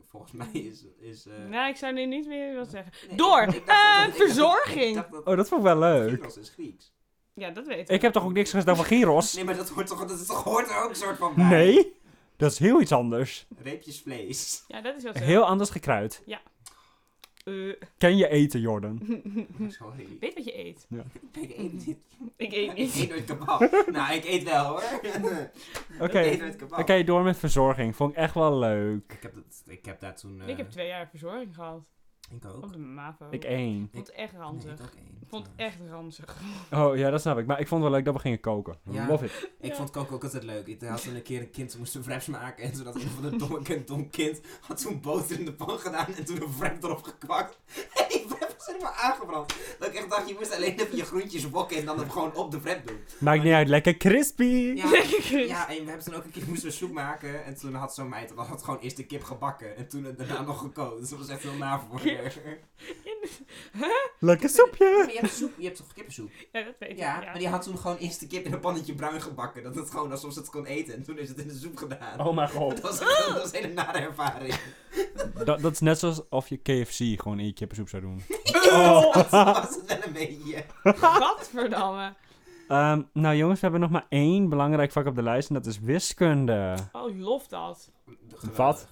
[SPEAKER 1] Volgens mij is... is eh,
[SPEAKER 2] Nou, ik zou nu niet meer wat zeggen.
[SPEAKER 1] nee,
[SPEAKER 2] door.
[SPEAKER 1] ik- ik dacht
[SPEAKER 2] Eh,
[SPEAKER 1] dat- ik dacht dat-
[SPEAKER 2] verzorging.
[SPEAKER 1] Ik dacht dat
[SPEAKER 3] Oh, dat vond ik wel leuk.
[SPEAKER 1] Kyros is Grieks.
[SPEAKER 2] Ja, dat weet ik.
[SPEAKER 3] Ik heb toch ook niks gezegd over gyros?
[SPEAKER 1] Nee, maar dat hoort toch, dat is toch hoort er ook een soort van bij.
[SPEAKER 3] Nee, dat is heel iets anders.
[SPEAKER 1] Reepjes vlees.
[SPEAKER 2] Ja, dat is wel zo.
[SPEAKER 3] Heel anders gekruid.
[SPEAKER 2] Ja. eh,
[SPEAKER 3] Ken je eten, Jordan?
[SPEAKER 1] Sorry.
[SPEAKER 2] weet wat je eet.
[SPEAKER 1] Ik eet niet.
[SPEAKER 2] Hm. Ik eet
[SPEAKER 1] Ik eet
[SPEAKER 2] niet.
[SPEAKER 1] nooit kebab. nou, ik eet wel hoor.
[SPEAKER 3] Oké,
[SPEAKER 1] Ik eet nooit kebab.
[SPEAKER 3] Oké, door met verzorging. Vond ik echt wel leuk.
[SPEAKER 1] Ik, heb dat, ik heb daar toen... eh,
[SPEAKER 2] Ik heb twee jaar verzorging gehad.
[SPEAKER 1] Ik ook.
[SPEAKER 2] Op de MAVO.
[SPEAKER 3] Ik één.
[SPEAKER 2] Ik vond het echt
[SPEAKER 1] Nee, ik
[SPEAKER 2] ranzig.
[SPEAKER 1] ook één.
[SPEAKER 2] Ik vond het echt ranzig.
[SPEAKER 3] Oh ja, dat snap ik. Maar ik vond het wel leuk dat we gingen koken.
[SPEAKER 1] Ja.
[SPEAKER 3] Love it.
[SPEAKER 1] Ik
[SPEAKER 2] Ja.
[SPEAKER 1] vond koken ook altijd leuk. Ik had toen een keer een kind, ze moesten wraps maken. En zodat een van de domme kind, dom kind, had toen boter in de pan gedaan en toen een wrap erop gekwakt. En die wrap was helemaal aangebrand. Dat ik echt dacht, je moest alleen even je groentjes wokken en dan hem gewoon op de wrap doen.
[SPEAKER 3] Maakt niet uit, lekker crispy.
[SPEAKER 1] Ja, ja, en we hebben toen ook een keer moesten we soep maken. En toen had zo'n meid, dan had gewoon eerst de kip gebakken. En toen het daarna nog gekookt. Dus dat was echt heel na voor je.
[SPEAKER 3] Lekker soepje.
[SPEAKER 1] Maar je hebt soep, je hebt toch kippensoep?
[SPEAKER 2] Ja, dat weet ik.
[SPEAKER 1] Ja, maar die had toen gewoon eerst de kip in een pannetje bruin gebakken. Dat het gewoon alsof ze het kon eten. En toen is het in de soep gedaan.
[SPEAKER 3] Oh mijn god.
[SPEAKER 1] Dat was, dat was een hele nare ervaring.
[SPEAKER 3] Dat, dat is net zoals of je KFC gewoon in je kippensoep zou doen. Oh.
[SPEAKER 1] Dat was het wel een beetje.
[SPEAKER 2] Gadverdamme.
[SPEAKER 3] Ehm, nou jongens, we hebben nog maar één belangrijk vak op de lijst en dat is wiskunde.
[SPEAKER 2] Oh, lof dat.
[SPEAKER 3] Wat?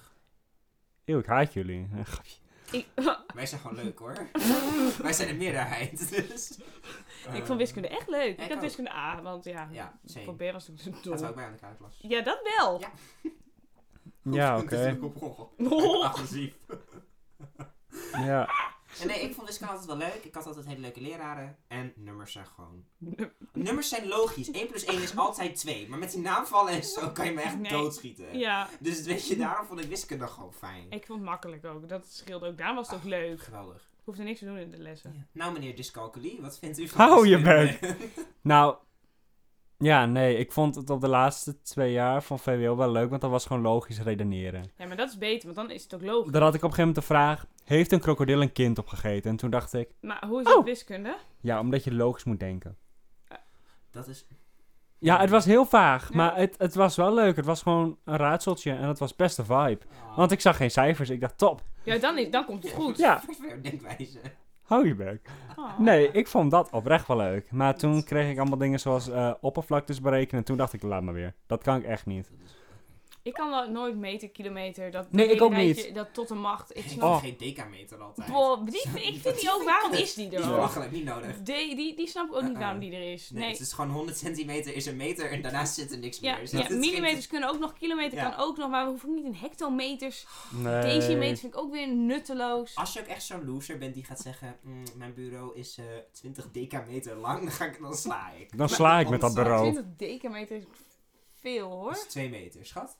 [SPEAKER 3] Eeuw, ik haat jullie. Eh, grapje.
[SPEAKER 2] Ik,
[SPEAKER 1] Wij zijn gewoon leuk hoor. Wij zijn de meerderheid. Dus.
[SPEAKER 2] ik vond wiskunde echt leuk.
[SPEAKER 1] ja,
[SPEAKER 2] Ik
[SPEAKER 1] ik
[SPEAKER 2] had
[SPEAKER 1] ook.
[SPEAKER 2] wiskunde A, want ja,
[SPEAKER 1] Ja, zeker.
[SPEAKER 2] voor B was het
[SPEAKER 1] Dat
[SPEAKER 2] natuurlijk dom.
[SPEAKER 1] zou ik bij aan de kaartklas.
[SPEAKER 2] Ja, dat wel.
[SPEAKER 1] Ja.
[SPEAKER 3] Ja, oké.
[SPEAKER 1] Oh, Agressief.
[SPEAKER 3] Ja.
[SPEAKER 1] En nee, ik vond wiskunde altijd wel leuk. Ik had altijd hele leuke leraren. En nummers zijn gewoon... Nummers zijn logisch. 1 plus 1 is altijd 2. Maar met die naamvallen en zo kan je me echt
[SPEAKER 2] Nee.
[SPEAKER 1] doodschieten.
[SPEAKER 2] Ja,
[SPEAKER 1] Dus weet je, daarom vond ik wiskunde gewoon fijn.
[SPEAKER 2] ik vond het makkelijk ook. Dat scheelde ook. Daar was het ook leuk. Ik
[SPEAKER 1] Geweldig.
[SPEAKER 2] hoefde niks te doen in de lessen.
[SPEAKER 1] Nou meneer Dyscalculie, wat vindt u van
[SPEAKER 3] Hou je
[SPEAKER 1] wiskunde?
[SPEAKER 3] Nou, ja, nee, ik vond het op de laatste twee jaar van VWO wel leuk, want dat was gewoon logisch redeneren.
[SPEAKER 2] Ja, maar dat is beter, want dan is het ook logisch.
[SPEAKER 3] Daar had ik op een gegeven moment de vraag, heeft een krokodil een kind opgegeten? En toen dacht ik,
[SPEAKER 2] Maar hoe is dat
[SPEAKER 3] Oh.
[SPEAKER 2] wiskunde?
[SPEAKER 3] ja, omdat je logisch moet denken.
[SPEAKER 1] Dat is...
[SPEAKER 3] Ja, het was heel vaag,
[SPEAKER 2] Ja.
[SPEAKER 3] maar het, het was wel leuk. Het was gewoon een raadseltje en het was best een vibe.
[SPEAKER 1] Oh.
[SPEAKER 3] Want ik zag geen cijfers, ik dacht top.
[SPEAKER 2] Ja, dan, is, dan komt het goed.
[SPEAKER 3] Ja,
[SPEAKER 1] Ver denkwijze.
[SPEAKER 3] hou je bek.
[SPEAKER 2] Oh.
[SPEAKER 3] Nee, ik vond dat oprecht wel leuk. Maar toen kreeg ik allemaal dingen zoals eh, oppervlaktes berekenen. En toen dacht ik, laat maar weer. Dat kan ik echt niet.
[SPEAKER 2] Ik kan wel nooit meten, kilometer. Dat
[SPEAKER 3] Nee,
[SPEAKER 2] dat
[SPEAKER 3] ik
[SPEAKER 2] hele
[SPEAKER 3] ook niet.
[SPEAKER 2] rijtje, Dat tot de macht. Ik
[SPEAKER 1] Ik
[SPEAKER 2] snap...
[SPEAKER 1] heb
[SPEAKER 3] Oh.
[SPEAKER 1] geen decameter altijd.
[SPEAKER 2] Boah, die, ik vind die ook, waarom is die
[SPEAKER 1] Die is
[SPEAKER 2] er ook?
[SPEAKER 1] belachelijk niet nodig.
[SPEAKER 2] Die, die, die snap ik ook niet
[SPEAKER 1] Uh-uh.
[SPEAKER 2] waarom die er is.
[SPEAKER 1] Nee,
[SPEAKER 2] Nee.
[SPEAKER 1] het is gewoon 100 centimeter is een meter en daarnaast zit er niks
[SPEAKER 2] Ja,
[SPEAKER 1] meer. Dus
[SPEAKER 2] ja
[SPEAKER 1] dat is geen-
[SPEAKER 2] millimeters kunnen ook nog, kilometer
[SPEAKER 1] Ja.
[SPEAKER 2] kan ook nog, maar we hoeven ook niet in hectometers.
[SPEAKER 3] Nee.
[SPEAKER 2] Decimeters vind ik ook weer nutteloos.
[SPEAKER 1] Als je ook echt zo'n loser bent die gaat zeggen, "Mm, mijn bureau is eh 20 decameter lang, dan, ga ik, dan sla ik.
[SPEAKER 3] Dan sla ik met dat
[SPEAKER 1] Ontzag.
[SPEAKER 3] bureau.
[SPEAKER 2] 20 decameter is
[SPEAKER 1] eh,
[SPEAKER 2] veel
[SPEAKER 1] Dat
[SPEAKER 2] hoor.
[SPEAKER 1] is 2 meter, schat.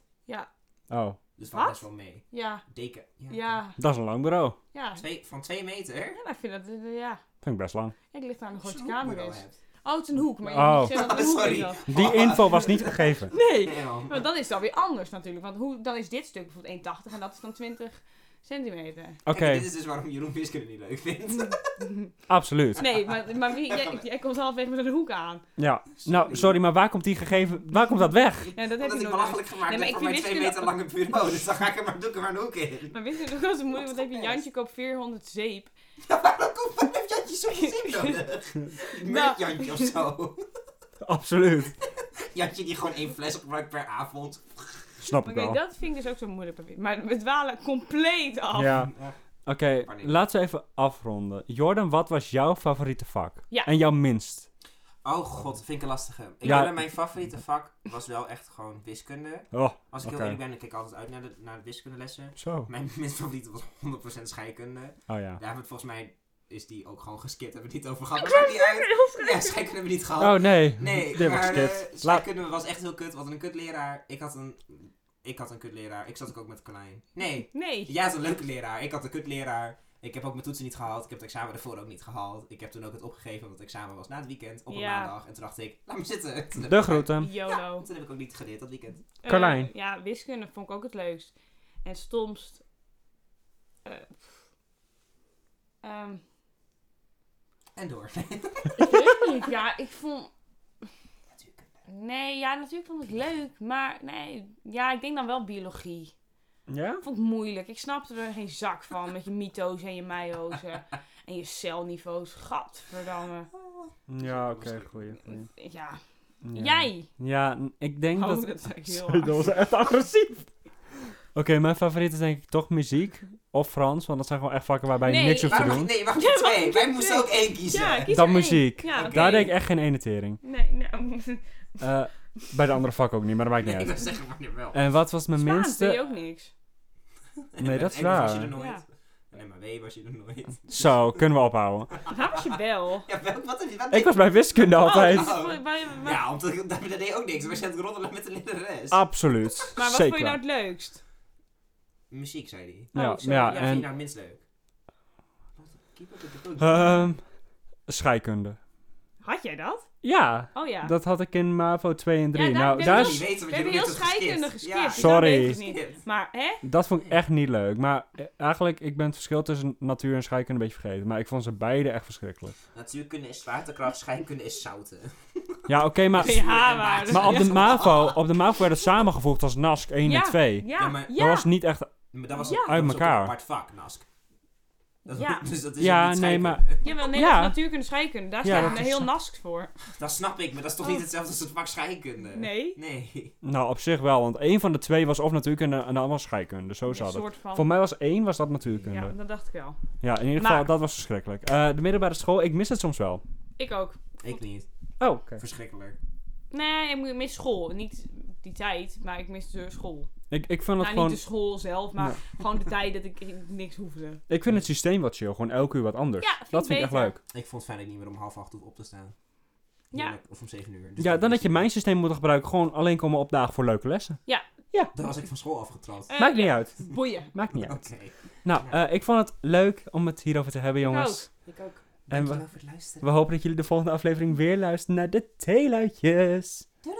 [SPEAKER 3] Oh,
[SPEAKER 1] Dus valt
[SPEAKER 2] Wat?
[SPEAKER 1] best wel mee.
[SPEAKER 2] Ja,
[SPEAKER 1] Deka. Ja.
[SPEAKER 2] ja,
[SPEAKER 3] dat is een lang bureau.
[SPEAKER 2] ja.
[SPEAKER 1] Twee, van 2 meter?
[SPEAKER 2] Ja, nou, ik vind dat, eh, ja.
[SPEAKER 3] Vind ik best lang.
[SPEAKER 2] Ik ligt aan hoe grote
[SPEAKER 1] Zo'n
[SPEAKER 2] kamer
[SPEAKER 1] bureau
[SPEAKER 2] is.
[SPEAKER 1] hebt.
[SPEAKER 2] Oh, het is een hoek, maar je
[SPEAKER 3] Oh.
[SPEAKER 2] hebt niet gezegd wat een hoek is
[SPEAKER 1] Sorry.
[SPEAKER 2] dat.
[SPEAKER 3] Die info was niet gegeven.
[SPEAKER 2] Nee,
[SPEAKER 1] Damn.
[SPEAKER 2] want dan is het alweer anders natuurlijk. Want hoe, dan is dit stuk bijvoorbeeld 1,80 en dat is dan 20 centimeter.
[SPEAKER 3] Oké,
[SPEAKER 1] Kijk, dit is dus waarom Jeroen wiskunde niet leuk vindt.
[SPEAKER 3] absoluut.
[SPEAKER 2] Nee, maar, maar wie, jij, jij komt halverwege met een hoek aan.
[SPEAKER 3] Ja. Nou, sorry, maar waar komt die gegeven... Waar komt dat weg?
[SPEAKER 2] Ja, dat heb
[SPEAKER 1] Dat
[SPEAKER 2] je
[SPEAKER 1] ik
[SPEAKER 2] nooit.
[SPEAKER 1] belachelijk gemaakt
[SPEAKER 2] Nee, maar
[SPEAKER 1] heb
[SPEAKER 2] ik
[SPEAKER 1] voor
[SPEAKER 2] vind
[SPEAKER 1] mijn 2
[SPEAKER 2] wiskunde-
[SPEAKER 1] meter lange bureau. Dus dan ga ik er maar doeken maar een hoek in.
[SPEAKER 2] Maar wist je nog wel zo moeilijk, want dan heb je
[SPEAKER 1] Wat
[SPEAKER 2] Jantje koopt 400 zeep.
[SPEAKER 1] Ja, maar dan komt van heb Jantje zo'n zin nodig. Met
[SPEAKER 2] Nou.
[SPEAKER 1] Jantje of zo.
[SPEAKER 3] Absoluut.
[SPEAKER 1] Jantje die gewoon één fles gebruikt per avond.
[SPEAKER 3] Snap
[SPEAKER 2] Maar
[SPEAKER 3] ik
[SPEAKER 2] kijk,
[SPEAKER 3] wel.
[SPEAKER 2] dat vind ik dus ook zo moeilijk. bij- Maar we dwalen compleet af.
[SPEAKER 3] Ja.
[SPEAKER 1] Ja.
[SPEAKER 3] Oké,
[SPEAKER 1] Maar nee.
[SPEAKER 3] laten we even afronden. Jordan, wat was jouw favoriete vak?
[SPEAKER 2] Ja.
[SPEAKER 3] En jouw minst?
[SPEAKER 1] Oh god, vind ik een lastige. Ik
[SPEAKER 3] Ja.
[SPEAKER 1] wilde- mijn favoriete vak was wel echt gewoon wiskunde.
[SPEAKER 3] Oh,
[SPEAKER 1] Als ik
[SPEAKER 3] Oké.
[SPEAKER 1] heel eerlijk ben, dan kijk ik altijd uit naar de, naar de wiskundelessen.
[SPEAKER 3] zo.
[SPEAKER 1] Mijn minst favoriete was 100% scheikunde.
[SPEAKER 3] Oh ja.
[SPEAKER 1] Daar hebben we het volgens mij, is die ook gewoon geskipt. Hebben we het niet over gehad. Maar maakt niet uit. Ja, scheikunde hebben we niet gehad.
[SPEAKER 3] Oh nee.
[SPEAKER 1] Nou, Nee,
[SPEAKER 3] Dit wordt
[SPEAKER 1] maar
[SPEAKER 3] kut.
[SPEAKER 1] eh,
[SPEAKER 3] Laat...
[SPEAKER 1] scheikunde was echt heel kut. Wat een kutleraar. Ik had een, ik had een kutleraar. Ik zat ook met Colijn. Nee,
[SPEAKER 2] Nee.
[SPEAKER 1] jij had een leuke leraar. Ik had een kutleraar. Ik heb ook mijn toetsen niet gehaald. Ik heb het examen daarvoor ook niet gehaald. Ik heb toen ook het opgegeven, want het examen was na het weekend op een
[SPEAKER 2] Ja.
[SPEAKER 1] maandag. En toen dacht ik, laat me zitten. Toen heb
[SPEAKER 3] De
[SPEAKER 1] ik-
[SPEAKER 3] groeten.
[SPEAKER 2] YOLO.
[SPEAKER 1] Toen heb ik ook niet geleerd dat weekend.
[SPEAKER 2] Eh,
[SPEAKER 3] Carlijn.
[SPEAKER 2] ja, wiskunde vond ik ook het leukst. En het stomst. Eh, pff. Ehm,
[SPEAKER 1] En door.
[SPEAKER 2] ik weet niet. Ja, ik vond...
[SPEAKER 1] Natuurlijk.
[SPEAKER 2] Nee, ja, natuurlijk vond ik het leuk. Maar nee, ja, ik denk dan wel biologie.
[SPEAKER 3] Ja?
[SPEAKER 2] Dat vond ik moeilijk. Ik snapte er geen zak van. Met je myto's en je meiozen. En je celniveaus. Gadverdamme.
[SPEAKER 3] Ja, oké, goeie. goeie.
[SPEAKER 2] Ja.
[SPEAKER 3] Ja.
[SPEAKER 2] Jij.
[SPEAKER 3] Ja, n- ik denk
[SPEAKER 2] Oh,
[SPEAKER 3] dat...
[SPEAKER 2] dat zei ik heel
[SPEAKER 3] Sorry,
[SPEAKER 2] hard.
[SPEAKER 3] dat was echt agressief. mijn favoriet is denk ik toch muziek of Frans, want dat zijn gewoon echt vakken waarbij je
[SPEAKER 2] Nee,
[SPEAKER 3] niks hoeft te
[SPEAKER 1] Waarom,
[SPEAKER 3] doen.
[SPEAKER 1] nee, wacht,
[SPEAKER 2] Ja,
[SPEAKER 1] twee.
[SPEAKER 2] waarom
[SPEAKER 1] Wij
[SPEAKER 2] kies
[SPEAKER 1] moesten
[SPEAKER 2] twee?
[SPEAKER 1] ook één kiezen.
[SPEAKER 2] Ja, kies
[SPEAKER 3] Dan
[SPEAKER 2] er één.
[SPEAKER 3] muziek.
[SPEAKER 2] Ja, oké.
[SPEAKER 3] Daar deed ik echt geen ene tering.
[SPEAKER 2] Nee, nou... Spaans
[SPEAKER 3] Eh, bij de andere vak ook niet, maar dat maakt niet
[SPEAKER 1] Nee, ik
[SPEAKER 3] uit.
[SPEAKER 1] wil zeggen, maar nu wel.
[SPEAKER 3] En wat was mijn
[SPEAKER 2] doe je
[SPEAKER 3] minste?
[SPEAKER 2] ook niks.
[SPEAKER 3] Nee, dat is
[SPEAKER 1] Engels was je er
[SPEAKER 3] waar.
[SPEAKER 1] nooit.
[SPEAKER 2] Ja.
[SPEAKER 1] En MAW was je er nooit.
[SPEAKER 3] Zo, kunnen we ophouden.
[SPEAKER 2] Waar was je wel?
[SPEAKER 1] Ja, welk, wat heb je? Wat
[SPEAKER 3] Ik was bij wiskunde altijd.
[SPEAKER 2] Oh, waar- waar- waar-
[SPEAKER 1] Ja, omdat ik- daar daar deed je ook niks. We zijn aan het roddelen met de lerares.
[SPEAKER 3] Ah. Absoluut.
[SPEAKER 2] maar wat vond
[SPEAKER 3] Zeker.
[SPEAKER 2] je nou het leukst?
[SPEAKER 1] Muziek, zei hij.
[SPEAKER 2] nou-
[SPEAKER 3] Ja,
[SPEAKER 2] Oh,
[SPEAKER 3] maar
[SPEAKER 1] Ja,
[SPEAKER 3] ja,
[SPEAKER 1] vind je
[SPEAKER 3] en
[SPEAKER 1] nou het minst leuk? Wat? Keep up with the good.
[SPEAKER 3] ehm scheikunde.
[SPEAKER 2] Had jij dat?
[SPEAKER 3] Ja,
[SPEAKER 2] Oh ja.
[SPEAKER 3] dat had ik in MAVO 2 en 3.
[SPEAKER 2] Ja, daar-
[SPEAKER 3] nou,
[SPEAKER 2] daar-
[SPEAKER 3] daar
[SPEAKER 1] Jullie
[SPEAKER 3] is,
[SPEAKER 1] weten wat
[SPEAKER 2] we hebben
[SPEAKER 1] jullie
[SPEAKER 2] heel
[SPEAKER 1] net hebben
[SPEAKER 2] scheikunde
[SPEAKER 1] geskipt.
[SPEAKER 2] geskipt.
[SPEAKER 1] Ja.
[SPEAKER 2] dus daar
[SPEAKER 3] Sorry.
[SPEAKER 2] weet ik het niet. Maar hè?
[SPEAKER 3] dat vond ik echt niet leuk. Maar eh, eigenlijk, ik ben het verschil tussen natuur en scheikunde een beetje vergeten. Maar ik vond ze beide echt verschrikkelijk.
[SPEAKER 1] Natuurkunde is zwaartekracht, scheikunde is zouten.
[SPEAKER 3] Ja, oké, maar,
[SPEAKER 2] Ja,
[SPEAKER 3] maar op de MAVO, op de MAVO werden samengevoegd als NASC 1
[SPEAKER 2] Ja,
[SPEAKER 3] en 2.
[SPEAKER 1] Ja,
[SPEAKER 2] Ja,
[SPEAKER 1] maar-
[SPEAKER 2] ja.
[SPEAKER 3] Dat was niet echt...
[SPEAKER 1] Maar dat was,
[SPEAKER 2] Ja.
[SPEAKER 1] dat
[SPEAKER 3] Uit
[SPEAKER 1] was ook
[SPEAKER 3] elkaar.
[SPEAKER 1] een apart vak, Nask. Dat,
[SPEAKER 2] Ja.
[SPEAKER 1] dus dat is
[SPEAKER 3] Ja,
[SPEAKER 1] ook niet
[SPEAKER 3] nee,
[SPEAKER 1] scheikunde.
[SPEAKER 2] Jawel, nee,
[SPEAKER 3] Ja.
[SPEAKER 2] dat is natuurkunde, scheikunde. Daar
[SPEAKER 3] Ja,
[SPEAKER 2] staat
[SPEAKER 3] dat
[SPEAKER 2] een
[SPEAKER 3] is-
[SPEAKER 2] heel nask voor.
[SPEAKER 1] Dat snap ik, maar dat is toch
[SPEAKER 2] Oh.
[SPEAKER 1] niet hetzelfde als het vak scheikunde?
[SPEAKER 2] Nee.
[SPEAKER 1] Nee.
[SPEAKER 3] Nou, op zich wel. Want één van de twee was of natuurkunde en de andere was scheikunde. Zo
[SPEAKER 2] Een
[SPEAKER 3] zat het.
[SPEAKER 2] soort van.
[SPEAKER 3] Voor mij was één was dat natuurkunde.
[SPEAKER 2] ja,
[SPEAKER 3] Ja,
[SPEAKER 2] dat dacht ik wel.
[SPEAKER 3] in ieder geval,
[SPEAKER 2] Maar-
[SPEAKER 3] dat was verschrikkelijk. Eh, de middelbare school, ik mis het soms wel.
[SPEAKER 2] Ik ook.
[SPEAKER 1] Ik niet.
[SPEAKER 3] Oh, oké.
[SPEAKER 1] Verschrikkelijk.
[SPEAKER 2] Nee, ik mis school. Niet die tijd, maar ik mis de school.
[SPEAKER 3] Ik, ik vind
[SPEAKER 2] Nou,
[SPEAKER 3] het gewoon...
[SPEAKER 2] niet de school zelf, maar gewoon de tijd dat ik niks hoefde.
[SPEAKER 3] Ik vind het systeem wat chill. Gewoon elke uur wat anders.
[SPEAKER 2] Ja, vind
[SPEAKER 3] Dus, dat
[SPEAKER 2] ik
[SPEAKER 3] vind ik echt
[SPEAKER 2] beter.
[SPEAKER 3] leuk.
[SPEAKER 1] Ik vond het fijn dat ik niet meer om half acht hoef op te staan.
[SPEAKER 2] Ja.
[SPEAKER 1] Heerlijk. Of om zeven uur. Dus
[SPEAKER 3] Ja, dan dat je mijn systeem moet gebruiken. Gewoon alleen komen opdagen voor leuke lessen.
[SPEAKER 1] Dan was ik van school afgetrapt.
[SPEAKER 2] Eh,
[SPEAKER 3] Maakt niet
[SPEAKER 2] ja,
[SPEAKER 3] uit.
[SPEAKER 2] Boeien.
[SPEAKER 3] Maakt niet uit.
[SPEAKER 1] Oké.
[SPEAKER 3] Nou, eh, ik vond het leuk om het hierover te hebben, jongens.
[SPEAKER 1] Ik ook.
[SPEAKER 3] En
[SPEAKER 1] En
[SPEAKER 3] we,
[SPEAKER 1] voor het
[SPEAKER 3] we
[SPEAKER 1] luisteren.
[SPEAKER 3] hopen dat jullie de volgende aflevering weer luisteren naar de theeluitjes.
[SPEAKER 1] Doei.